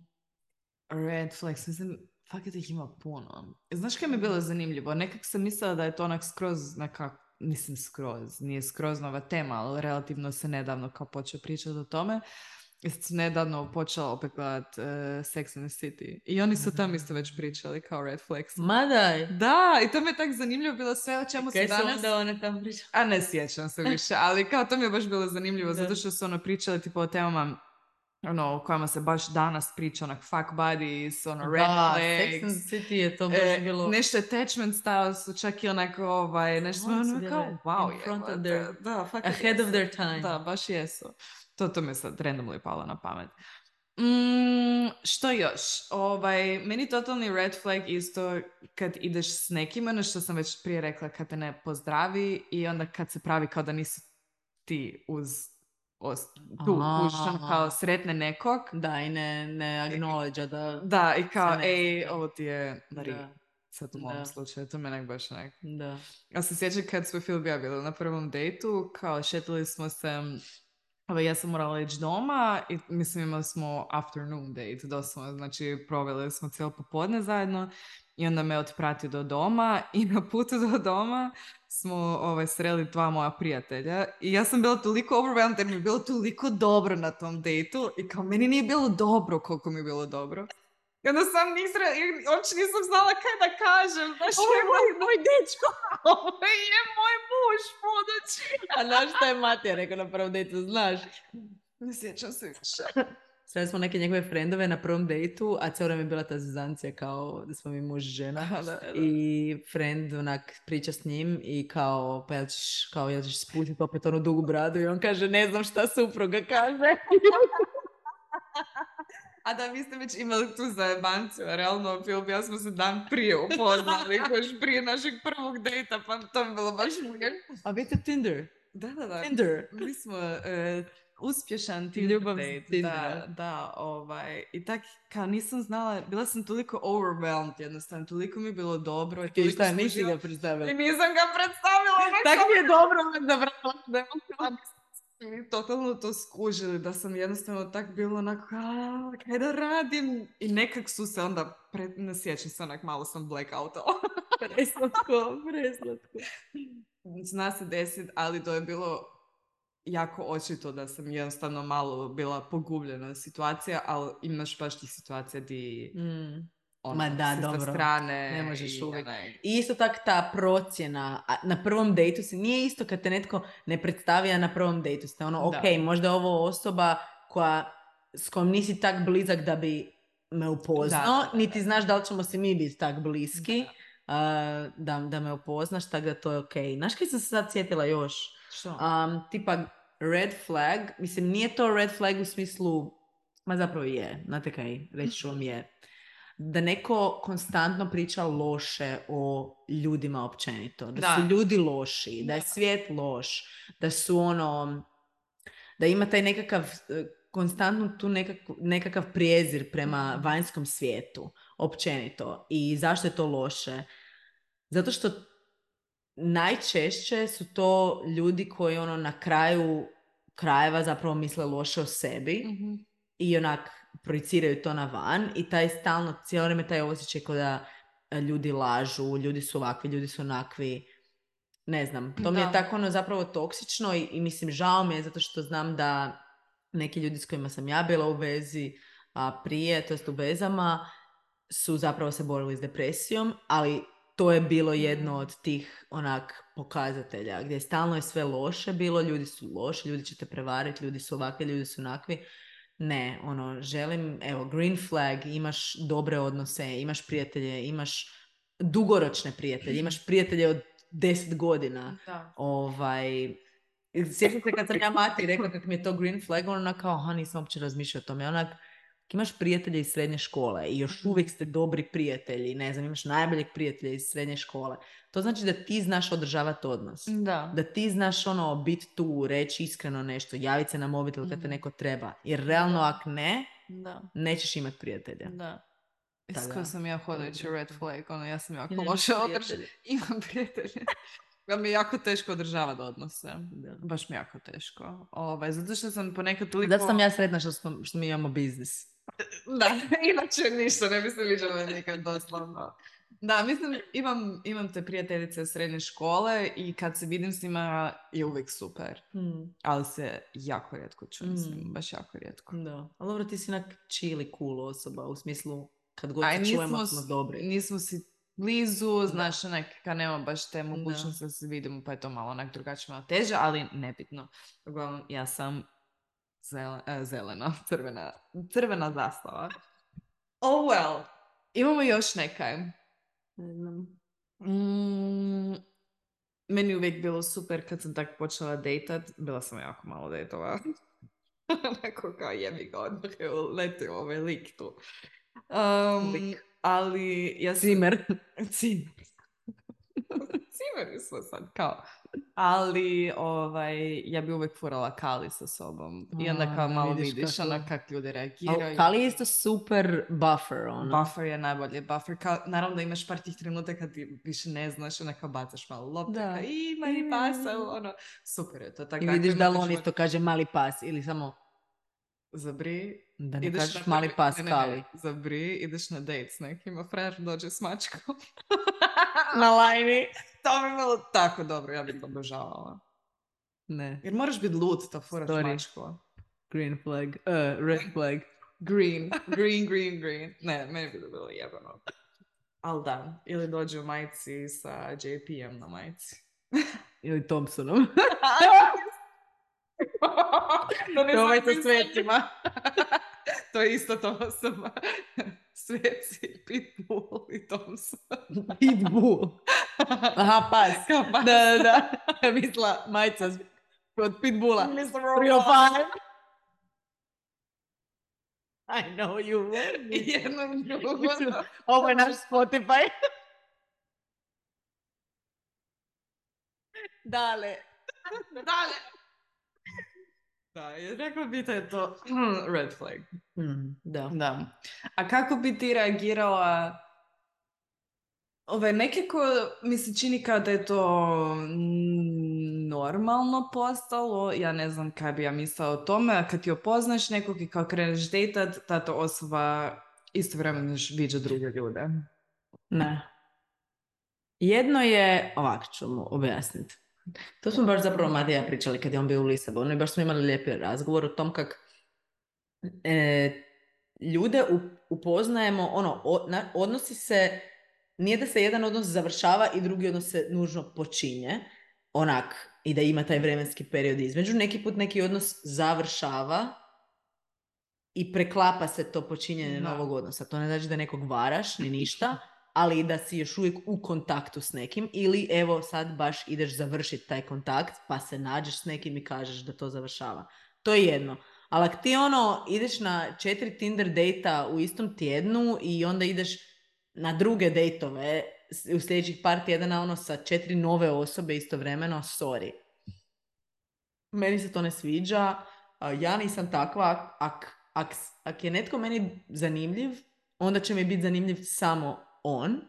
S3: red flags, mislim, fakat ih ima puno. Znaš kaj mi je bilo zanimljivo? Nekak sam mislila da je to onak skroz nekak, mislim skroz, nije skroz nova tema, ali relativno se nedavno kao počeo pričati o tome. I sad sam nedavno počela opet gledat eh, Sex and the City. I oni su
S2: Mhm.
S3: tam isto već pričali kao red flags.
S2: Mada,
S3: Da, i to mi je tak zanimljivo bilo sve o čemu se
S2: kaj su
S3: danas...
S2: onda one tam pričale?
S3: A ne sjećam se više, ali kao to mi je baš bilo zanimljivo,
S2: Da.
S3: zato što su ono pričali tipo o temama ono, o kojima se baš danas priča, onak fuck buddies, ono, red
S2: Da, Sex and
S3: flags.
S2: the City je to baš
S3: E,
S2: bilo...
S3: nešto attachment style su čak i onako ovaj, nešto
S2: Oni su
S3: ono kao
S2: bile
S3: wow
S2: in front of
S3: jebote,
S2: their-
S3: da, fakat
S2: ahead of
S3: jesu.
S2: their time.
S3: Da, baš jesu. To, to mi je sad randomly palo na pamet. Mm, što još? Ovaj, meni totalni red flag isto kad ideš s nekim, ono što sam već prije rekla, kad te ne pozdravi i onda kad se pravi kao da nisu ti uz os- tu,
S2: A.
S3: kužiš, ono kao sretne nekog.
S2: Da, i ne, ne acknowledge da...
S3: Da, i kao,
S2: Se ne
S3: ej,
S2: sjeća.
S3: ovo ti je Marie.
S2: Da,
S3: Sad u mom
S2: Da.
S3: slučaju, to me nek baš nek.
S2: da.
S3: Ja se sjećam kad smo Filip i ja bili na prvom dejtu, kao šetili smo se, ovaj, ja sam morala ići doma i mislim imali smo afternoon date, doslovno, znači proveli smo cijelo popodne zajedno i onda me otpratio do doma i na putu do doma smo ovaj, sreli dva moja prijatelja i ja sam bila toliko overwhelmed jer mi je bilo toliko dobro na tom dejtu i kao meni nije bilo dobro koliko mi je bilo dobro. I onda sam nisra, uopće nisam znala kaj da kažem. Znaš, ovo je moj, moj dečko. Ovo je moj muž budući.
S2: A znaš šta je Matija rekao na prvom dejtu, znaš?
S3: Ne sjećam se više.
S2: Sreli smo neke njegove frendove na prvom dejtu, a cijelo vrijeme je bila ta zezancija kao da smo mi muž i žena. I friend onak priča s njim i kao, pa jel ćeš, kao, jel ćeš spustiti opet onu dugu bradu i on kaže ne znam šta supruga kaže.
S3: A da, vi ste već imali tu zajebancu, a realno Filip i ja smo se dan prije upoznali, još prije našeg prvog dejta, pa to mi je bilo baš weird.
S2: A vidite Tinder.
S3: Da, da, da.
S2: Tinder.
S3: Mi smo e, uspješan Tinder
S2: Ljubav s
S3: date,
S2: Tindera.
S3: da, da, ovaj, i tak, kao nisam znala, bila sam toliko overwhelmed jednostavno, toliko mi je bilo dobro.
S2: I
S3: toliko
S2: šta,
S3: sam
S2: nisi
S3: uživala.
S2: ga predstavila.
S3: I nisam ga predstavila, baš
S2: Tak
S3: sam-
S2: mi je dobro me zabrala.
S3: da je ono tako, mi totalno to skužili, da sam jednostavno tak bila onako, "A, kaj da radim? I nekak su se onda, pre, ne sjećam se, onak malo sam blackoutala.
S2: Preslatko, preslatko.
S3: Zna se desit, ali to je bilo jako očito da sam jednostavno malo bila pogubljena situacija, ali imaš baš tih situacija di
S2: Mm.
S3: ono,
S2: Ma da,
S3: si sa
S2: dobro.
S3: strane
S2: Ne možeš
S3: i
S2: uvijek.
S3: onaj-
S2: I isto tak ta procjena, a na prvom dejtu se nije isto kad te netko ne predstavi, a na prvom dejtu ste ono,
S3: Da.
S2: ok, možda je ovo osoba koja, s kojom nisi tak blizak da bi me upoznao,
S3: Da, da,
S2: niti
S3: da.
S2: znaš da li ćemo se mi biti tak bliski a, da, da me upoznaš, tako da to je ok. Znaš kaj sam se sad sjetila još?
S3: Što?
S2: Um, tipa red flag, mislim nije to red flag u smislu, ma zapravo je, znate kaj, reći ću vam je, da neko konstantno priča loše o ljudima općenito, da,
S3: Da.
S2: su ljudi loši, da je svijet loš, da su ono, da ima taj nekakav, eh, konstantno tu nekak- nekakav prijezir prema vanjskom svijetu, općenito. I zašto je to loše? Zato što najčešće su to ljudi koji ono na kraju krajeva zapravo misle loše o sebi
S3: Mhm.
S2: i onak projiciraju to na van i taj stalno, cijelo vrijeme taj osjećaj kao da e, ljudi lažu, ljudi su ovakvi, ljudi su onakvi. Ne znam, to mi je
S3: Da.
S2: tako ono zapravo toksično i, i mislim žao mi je zato što znam da neki ljudi s kojima sam ja bila u vezi a, prije, to jest u vezama, su zapravo se borili s depresijom, ali to je bilo jedno od tih onak pokazatelja gdje stalno je sve loše bilo, ljudi su loši, ljudi će te prevariti, ljudi su ovakvi, ljudi su onakvi. Ne, ono, želim, evo, green flag, imaš dobre odnose, imaš prijatelje, imaš dugoročne prijatelje, imaš prijatelje od 10 godina.
S3: Da.
S2: Ovaj, sjećam se kad sam ja Mati rekla kako mi je to green flag, ona kao, aha, nisam uopće razmišljala o tome. Onak, imaš prijatelje iz srednje škole i još uvijek ste dobri prijatelji, ne znam, imaš najboljeg prijatelja iz srednje škole. To znači da ti znaš održavati odnos.
S3: Da.
S2: Da ti znaš ono, biti tu, reći iskreno nešto, javiti se na mobitel kad te
S3: Mhm.
S2: neko treba. Jer realno, ako ne,
S3: Da.
S2: nećeš imati prijatelja.
S3: Da.
S2: Tako da.
S3: Iskao sam ja hodajući red flag, ono, ja sam jako
S2: nemaš
S3: loše održala.
S2: prijatelja.
S3: Imam prijatelje. Ja mi je jako teško održavati odnose.
S2: Da.
S3: Baš mi je jako teško. Ovaj, zato što sam ponekad toliko...
S2: Zato sam ja sretna što, smo- što mi imamo biznis.
S3: Da, inače ništa, ne bi se viđala nikad doslovno. Da, mislim, imam, imam te prijateljice iz srednje škole i kad se vidim s njima je uvijek super.
S2: Hmm,
S3: Ali se jako rijetko čujem s
S2: Mm.
S3: njima, baš jako rijetko.
S2: Da. Ali dobro, ti si onak chill i cool osoba, u smislu kad god
S3: Aj,
S2: se čujemo
S3: nismo
S2: smo
S3: s-
S2: dobri.
S3: Nismo si blizu, znaš, onak, kad nema baš te mogućnosti da se vidimo, pa je to malo onak drugačije, malo teže, ali nebitno. Uglavnom, ja sam zele- e, zelena, crvena, crvena zastava. Oh well. Imamo još nekaj.
S2: Ne znam.
S3: Mm, meni je uvijek bilo super kad sam tako počela dejtat. Bila sam jako malo dejtova. Onako kao jebi ga, odmah je uletio ovaj lik tu. Um,
S2: Lik.
S3: Ali ja sam...
S2: Cimer.
S3: Cimer. Cimeri smo sad kao. ali ovaj, ja bi uvijek furala kali sa sobom. I onda
S2: A,
S3: kao malo
S2: vidiš
S3: vidiš,
S2: kako-
S3: ono kako ljudi reagiraju.
S2: Ali Kali je isto super buffer, ono.
S3: Buffer je najbolje. Buffer, kao, naravno da imaš par tih trenutaka kad ti više ne znaš, onda kao bacaš malo lopta,
S2: Da. Ja.
S3: kao, "I, mali pasa, ono, super je to. Tako,
S2: I
S3: ako
S2: vidiš da
S3: imate
S2: li on
S3: život
S2: isto kaže mali pas ili samo
S3: Zabri,
S2: da ne
S3: ideš
S2: kažeš
S3: na
S2: mali
S3: prvi-
S2: pas
S3: ne, ne, ne,
S2: Kali.
S3: Zabri, ideš na date s nekim, a frajer dođe s mačkom.
S2: Na lajni.
S3: to bi bilo tako dobro, ja bih to obožavala.
S2: Ne,
S3: Jer moraš biti lud to furat
S2: Sorry.
S3: mačku.
S2: green flag, eh, red flag.
S3: Green, green, green, green. Ne, meni bi to bilo jebano. Al da, ili dođe u majici sa JP-em na majici.
S2: Ili Thompsonom.
S3: to ne
S2: Ovaj
S3: znači
S2: sa
S3: sve.
S2: svetima.
S3: To je isto to osoba. Sveci, Pitbull i Thompson.
S2: Pitbull. Aha, pas.
S3: Kao pa.
S2: Da, da, da. Ja Mislila majica s- od Pitbulla.
S3: Mr.
S2: 305. I know you love me.
S3: Jedno i drugo.
S2: Mislim, Ovo je naš Spotify. Dale.
S3: Dalje. Da, i rekla bi da je to red flag.
S2: da.
S3: Mm, Da. A kako bi ti reagirala ove neke ko mi se čini kao da je to mm, normalno postalo, ja ne znam kaj bi ja mislila o tome, a kad ti opoznaš nekog i kao kreneš dejtat, ta to osoba istovremeno još viđa druge ljude.
S2: Ne. Jedno je, ovako ću mu objasniti. To smo baš zapravo Madi i ja pričali kad je on bio u Lisabonu i baš smo imali lijepi razgovor o tom kak e, ljude up- upoznajemo, ono, o- na- odnosi se, nije da se jedan odnos završava i drugi odnos se nužno počinje, onak, i da ima taj vremenski period između. Neki put neki odnos završava i preklapa se to počinjenje
S3: Da.
S2: novog odnosa. To ne znači da nekog varaš ni ništa, ali i da si još uvijek u kontaktu s nekim ili evo sad baš ideš završiti taj kontakt pa se nađeš s nekim i kažeš da to završava. To je jedno. Ali ako ti ono ideš na četiri Tinder dejta u istom tjednu i onda ideš na druge dejtove s- u sljedećih par tjedana ono sa četiri nove osobe istovremeno, sorry. Meni se to ne sviđa. a Ja nisam takva. Ak, ak, ak je netko meni zanimljiv, onda će mi biti zanimljiv samo on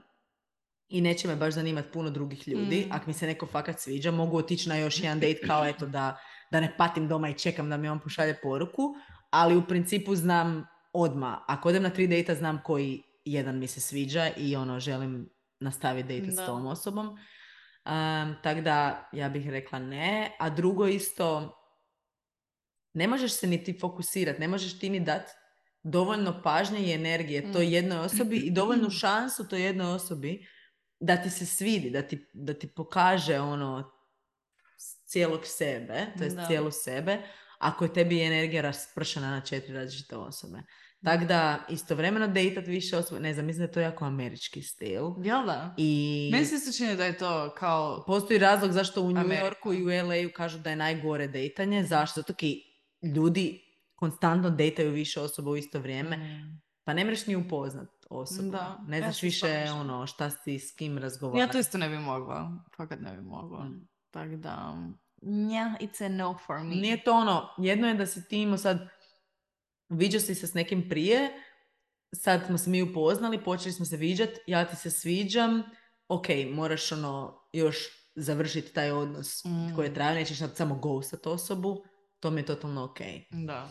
S2: i neće me baš zanimati puno drugih ljudi.
S3: Mm.
S2: Ako mi se neko fakat sviđa, mogu otići na još jedan date kao eto da, da ne patim doma i čekam da mi on pošalje poruku, ali u principu znam odma. Ako odem na tri dejta, znam koji jedan mi se sviđa i ono želim nastaviti date s
S3: Da.
S2: tom osobom. tako da ja bih rekla ne. A drugo isto, ne možeš se niti fokusirati, ne možeš ti ni dati dovoljno pažnje i energije toj
S3: Mm.
S2: jednoj osobi i dovoljnu šansu toj jednoj osobi da ti se svidi, da ti, da ti pokaže ono cijelog sebe, to jest
S3: Da.
S2: cijelu sebe, ako je tebi energija raspršena na četiri različite osobe. Tako da istovremeno dejtat više osoba, ne znam, mislim da je to jako američki stil.
S3: Jel da?
S2: I
S3: Meni se isto čini da je to kao...
S2: postoji razlog zašto u New
S3: Amerika.
S2: Yorku i u LA-u kažu da je najgore
S3: Mhm.
S2: dejtanje. Zašto? Zato kaj ljudi konstantno dejtaju više osoba u isto
S3: Mm.
S2: vrijeme. Pa ne mreš ni upoznat osobu.
S3: Da,
S2: ne
S3: ja
S2: znaš
S3: se
S2: više
S3: slažem.
S2: ono šta si s kim
S3: Ja
S2: razgovaraš.
S3: to isto ne bi mogla. Fakat ne bi mogla.
S2: Mm.
S3: Tako da... um. Nja, it's a no for me.
S2: Nije to ono, jedno je da si ti imao sad, viđao si se s nekim prije, sad smo se mi upoznali, počeli smo se viđat, ja ti se sviđam, ok, moraš ono još završiti taj odnos
S3: Mm.
S2: koji je trajao, nećeš sad samo ghostat osobu, to mi je totalno ok.
S3: Da.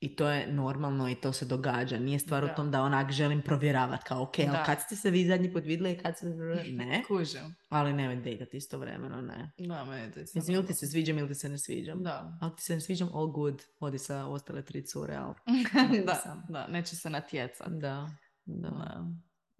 S2: I to je normalno i to se događa. Nije stvar u
S3: Da.
S2: tom da onak želim provjeravati kao ok, ali
S3: Da.
S2: kad ste se vi zadnji put vidjeli i kad ste... Ne,
S3: Kužem.
S2: ali nemoj dejtati istovremeno, ne.
S3: Da, meni to isto
S2: Mislim, ili
S3: bilo.
S2: ti se sviđam ili ti se ne sviđam.
S3: ono. Da.
S2: Ako ti se ne sviđam, all good. Odi sa ostale tri cure, ali...
S3: da, da, neće se natjecati.
S2: Da. Mm. Da.
S3: Da.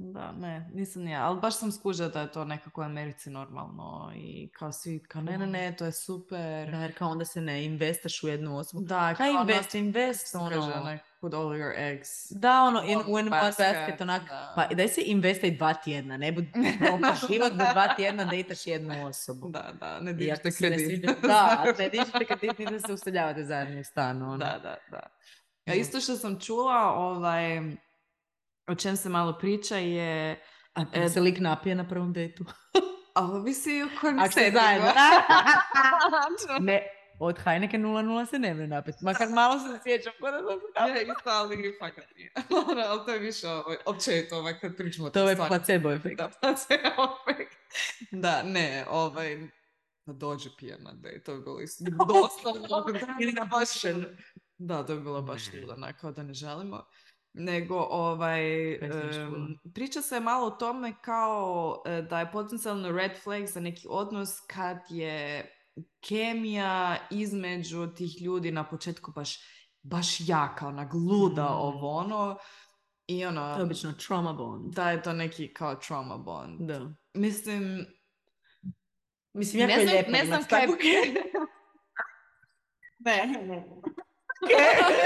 S3: Da, ne, nisam ni ja, ali baš sam skužila da je to nekako u Americi normalno i kao svi, kao ne, ne, ne, to je super.
S2: Da, jer kao onda se ne investaš u jednu osobu.
S3: Da,
S2: Kaj
S3: kao
S2: invest, invest,
S3: ono,
S2: ono.
S3: kaže, onak, put all your eggs.
S2: Da, ono, in,
S3: One
S2: u one basket,
S3: basket,
S2: onak,
S3: da.
S2: pa daj se investaj dva tjedna, ne budi propaš život do dva tjedna da itaš jednu osobu.
S3: Da, da, ne
S2: I ako
S3: dižite
S2: se ne
S3: kredit.
S2: sviđa- Da, ako ne dižite kredit, ni da se useljavate zajedno u stanu. Ono.
S3: Da, da, da.
S2: Da.
S3: Ja isto što sam čula, ovaj, o čem se malo priča je,
S2: A kad
S3: E,
S2: se lik napije na prvom dejtu.
S3: A ovisi u kojem
S2: Ako ste
S3: settingu.
S2: zajedno. Ne, od Heineken 00 se ne mre napit. Makar malo se sjećam ko da sam se napila.
S3: Ne, isto, ali fakat nije. Ono, ali to je više ovo, općenito ovaj, kad pričamo o
S2: To
S3: tim
S2: je
S3: stvarima.
S2: placebo efekt.
S3: Da, pa se opet. Da, ne, ovaj, da dođe pijen na date, to bi bilo isto doslovno.
S2: Ili da baš-
S3: Da, to bi bilo baš
S2: Ne.
S3: ludo, onako da ne želimo. Nego, ovaj,
S2: Predsjednički
S3: em,
S2: ludo.
S3: priča se malo o tome kao e, da je potencijalno red flag za neki odnos kad je kemija između tih ljudi na početku baš, baš jaka, ona gluda,
S2: Mm.
S3: ovo ono. I ono,
S2: To je obično trauma bond.
S3: da je to neki kao trauma bond.
S2: Da.
S3: Mislim,
S2: Mislim, jako
S3: ne
S2: je
S3: znam,
S2: lijepo
S3: ne znam
S2: imat
S3: kaj...
S2: takvu-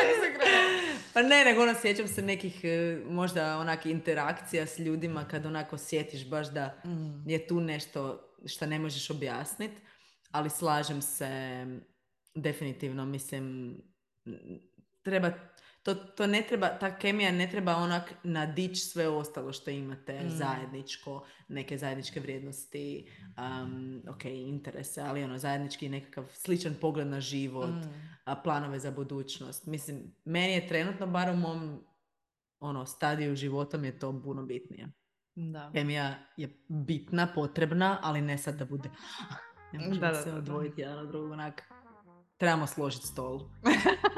S2: Pa ne, nego ono, sjećam se nekih eh, možda onak interakcija s ljudima kad onako sjetiš baš da
S3: Mm.
S2: je tu nešto što ne možeš objasniti, ali slažem se definitivno, mislim, n- treba, to, to ne treba, ta kemija ne treba onak nadić sve ostalo što imate
S3: Mm.
S2: zajedničko, neke zajedničke vrijednosti, um, ok, interese, ali ono, zajednički nekakav sličan pogled na život,
S3: Mm.
S2: a, planove za budućnost. Mislim, meni je trenutno, bar u mom ono, stadiju života mi je to puno bitnije.
S3: Da.
S2: Kemija je bitna, potrebna, ali ne sad da bude... Ne možemo
S3: Da, da,
S2: se
S3: da, da.
S2: odvojiti jedan od drugog, onak. Trebamo složiti stol.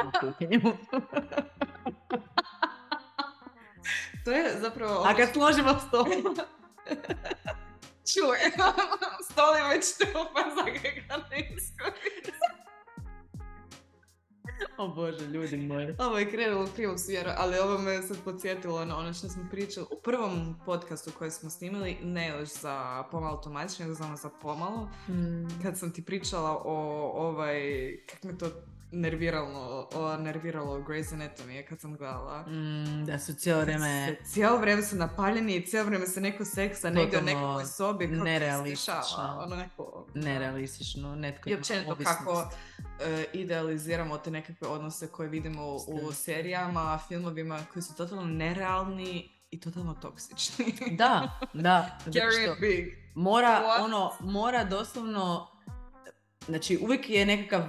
S2: na kuhinju.
S3: To je zapravo... ono
S2: a kad složimo stol...
S3: čuje, stoli već tu, pa zakaj ga ne iskoristi.
S2: O Bože, ljudi moji.
S3: Ovo je krenulo u krivom smjeru, ali ovo me sad podsjetilo na ono što smo pričali u prvom podcastu koji smo snimili, ne još za pomalo tumači, nego samo za pomalo. Kad sam ti pričala o ovaj, kak me to nerviralo, o, nerviralo Grey's Anatomy kad sam gledala.
S2: Mm, da su cijelo vrijeme...
S3: Se- Cijelo vrijeme su napaljeni i cijelo vrijeme se neko seksa negdje u
S2: Totalno
S3: nekakvoj sobi kako
S2: nerealistično.
S3: stišava, onako.
S2: Nerealistično, netko
S3: I
S2: ima
S3: općenito
S2: ovisnost.
S3: kako e, idealiziramo te nekakve odnose koje vidimo u
S2: Istina.
S3: serijama, filmovima koji su totalno nerealni i totalno toksični.
S2: Da, da. zato
S3: Carry
S2: što-
S3: it big.
S2: Mora,
S3: What?
S2: ono, mora doslovno, znači uvijek je nekakav,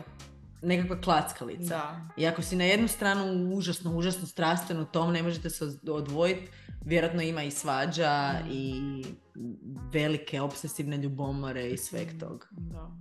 S2: nekakva klackalica.
S3: Da.
S2: I ako si na jednu stranu užasno, užasno strastven u tom, ne možete se odvojiti, vjerojatno ima i svađa
S3: Mm.
S2: i velike obsesivne ljubomore i
S3: Mm.
S2: sveg tog.
S3: Da.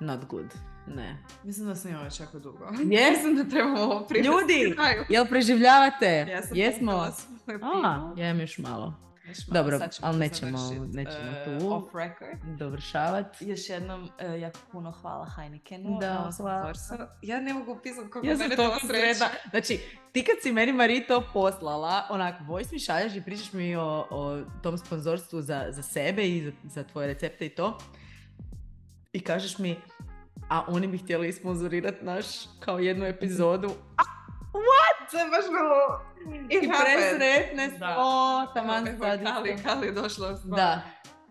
S2: Not good. Ne.
S3: Mislim da snimamo već jako dugo.
S2: Yes!
S3: Mislim da trebamo ovo privesti
S2: Ljudi!
S3: kraju.
S2: Jel preživljavate?
S3: Ja sam
S2: Jesmo?
S3: popila svoje
S2: A,
S3: pivo.
S2: ja imam još malo.
S3: Još malo,
S2: Dobro,
S3: sad ćemo
S2: ali
S3: to
S2: nećemo-
S3: završit,
S2: nećemo
S3: e,
S2: tu.
S3: Off record.
S2: Dovršavat.
S3: Još jednom, e, jako puno hvala Heinekenu.
S2: Da,
S3: na ovom
S2: hvala.
S3: sponzorstvu. Ja ne mogu pisati kako
S2: Ja sam
S3: mene
S2: toliko
S3: to sreća.
S2: sretna. Znači, ti kad si meni Mari to poslala, onak, voice mi šalješ i pričaš mi o, o tom sponzorstvu za, za sebe i za, za tvoje recepte i to. I kažeš mi, a oni bi htjeli sponzorirat naš kao jednu
S3: Mhm.
S2: epizodu.
S3: To je baš bilo...
S2: I
S3: It happened.
S2: presretne smo,
S3: Da.
S2: taman
S3: Evo,
S2: sad.
S3: Kali,
S2: isto.
S3: Kali je došla s-
S2: Da,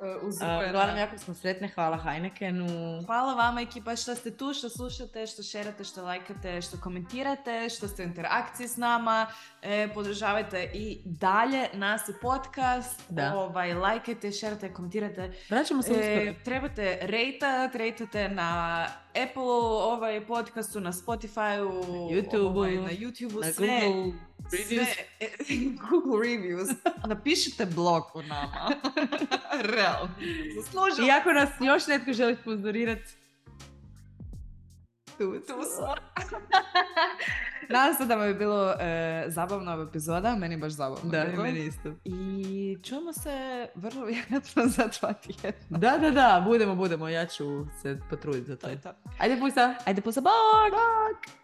S3: e, uz
S2: a,
S3: Zupena.
S2: uglavnom jako smo sretne, hvala Heinekenu.
S3: Hvala vama ekipa što ste tu, što slušate, što šerate, što lajkate, što komentirate, što ste u interakciji s nama. E, podržavajte i dalje nas i podcast.
S2: Da.
S3: Ovaj, lajkajte, šerate, komentirate.
S2: Vraćamo se uskoro.
S3: E, trebate rejtat, rejtate na Apple ovaj podcastu, na Spotify-u,
S2: YouTubeu,
S3: ovaj, na youtube
S2: Na
S3: sve.
S2: Google
S3: Sve, E, Google reviews. Napišite blog o nama. Realno. Zaslužili.
S2: I ako nas još netko želi sponzorirat,
S3: tu, tu smo. Nadam se da vam je bilo e, zabavna ova epizoda, meni je baš zabavno.
S2: da,
S3: bilo.
S2: meni isto.
S3: I čujemo se vrlo vjerojatno za dva tjedna.
S2: Da, da, da, budemo, budemo, ja ću se potruditi za to.
S3: To je to.
S2: Ajde pusa!
S3: Ajde, pusa, bok! Bok!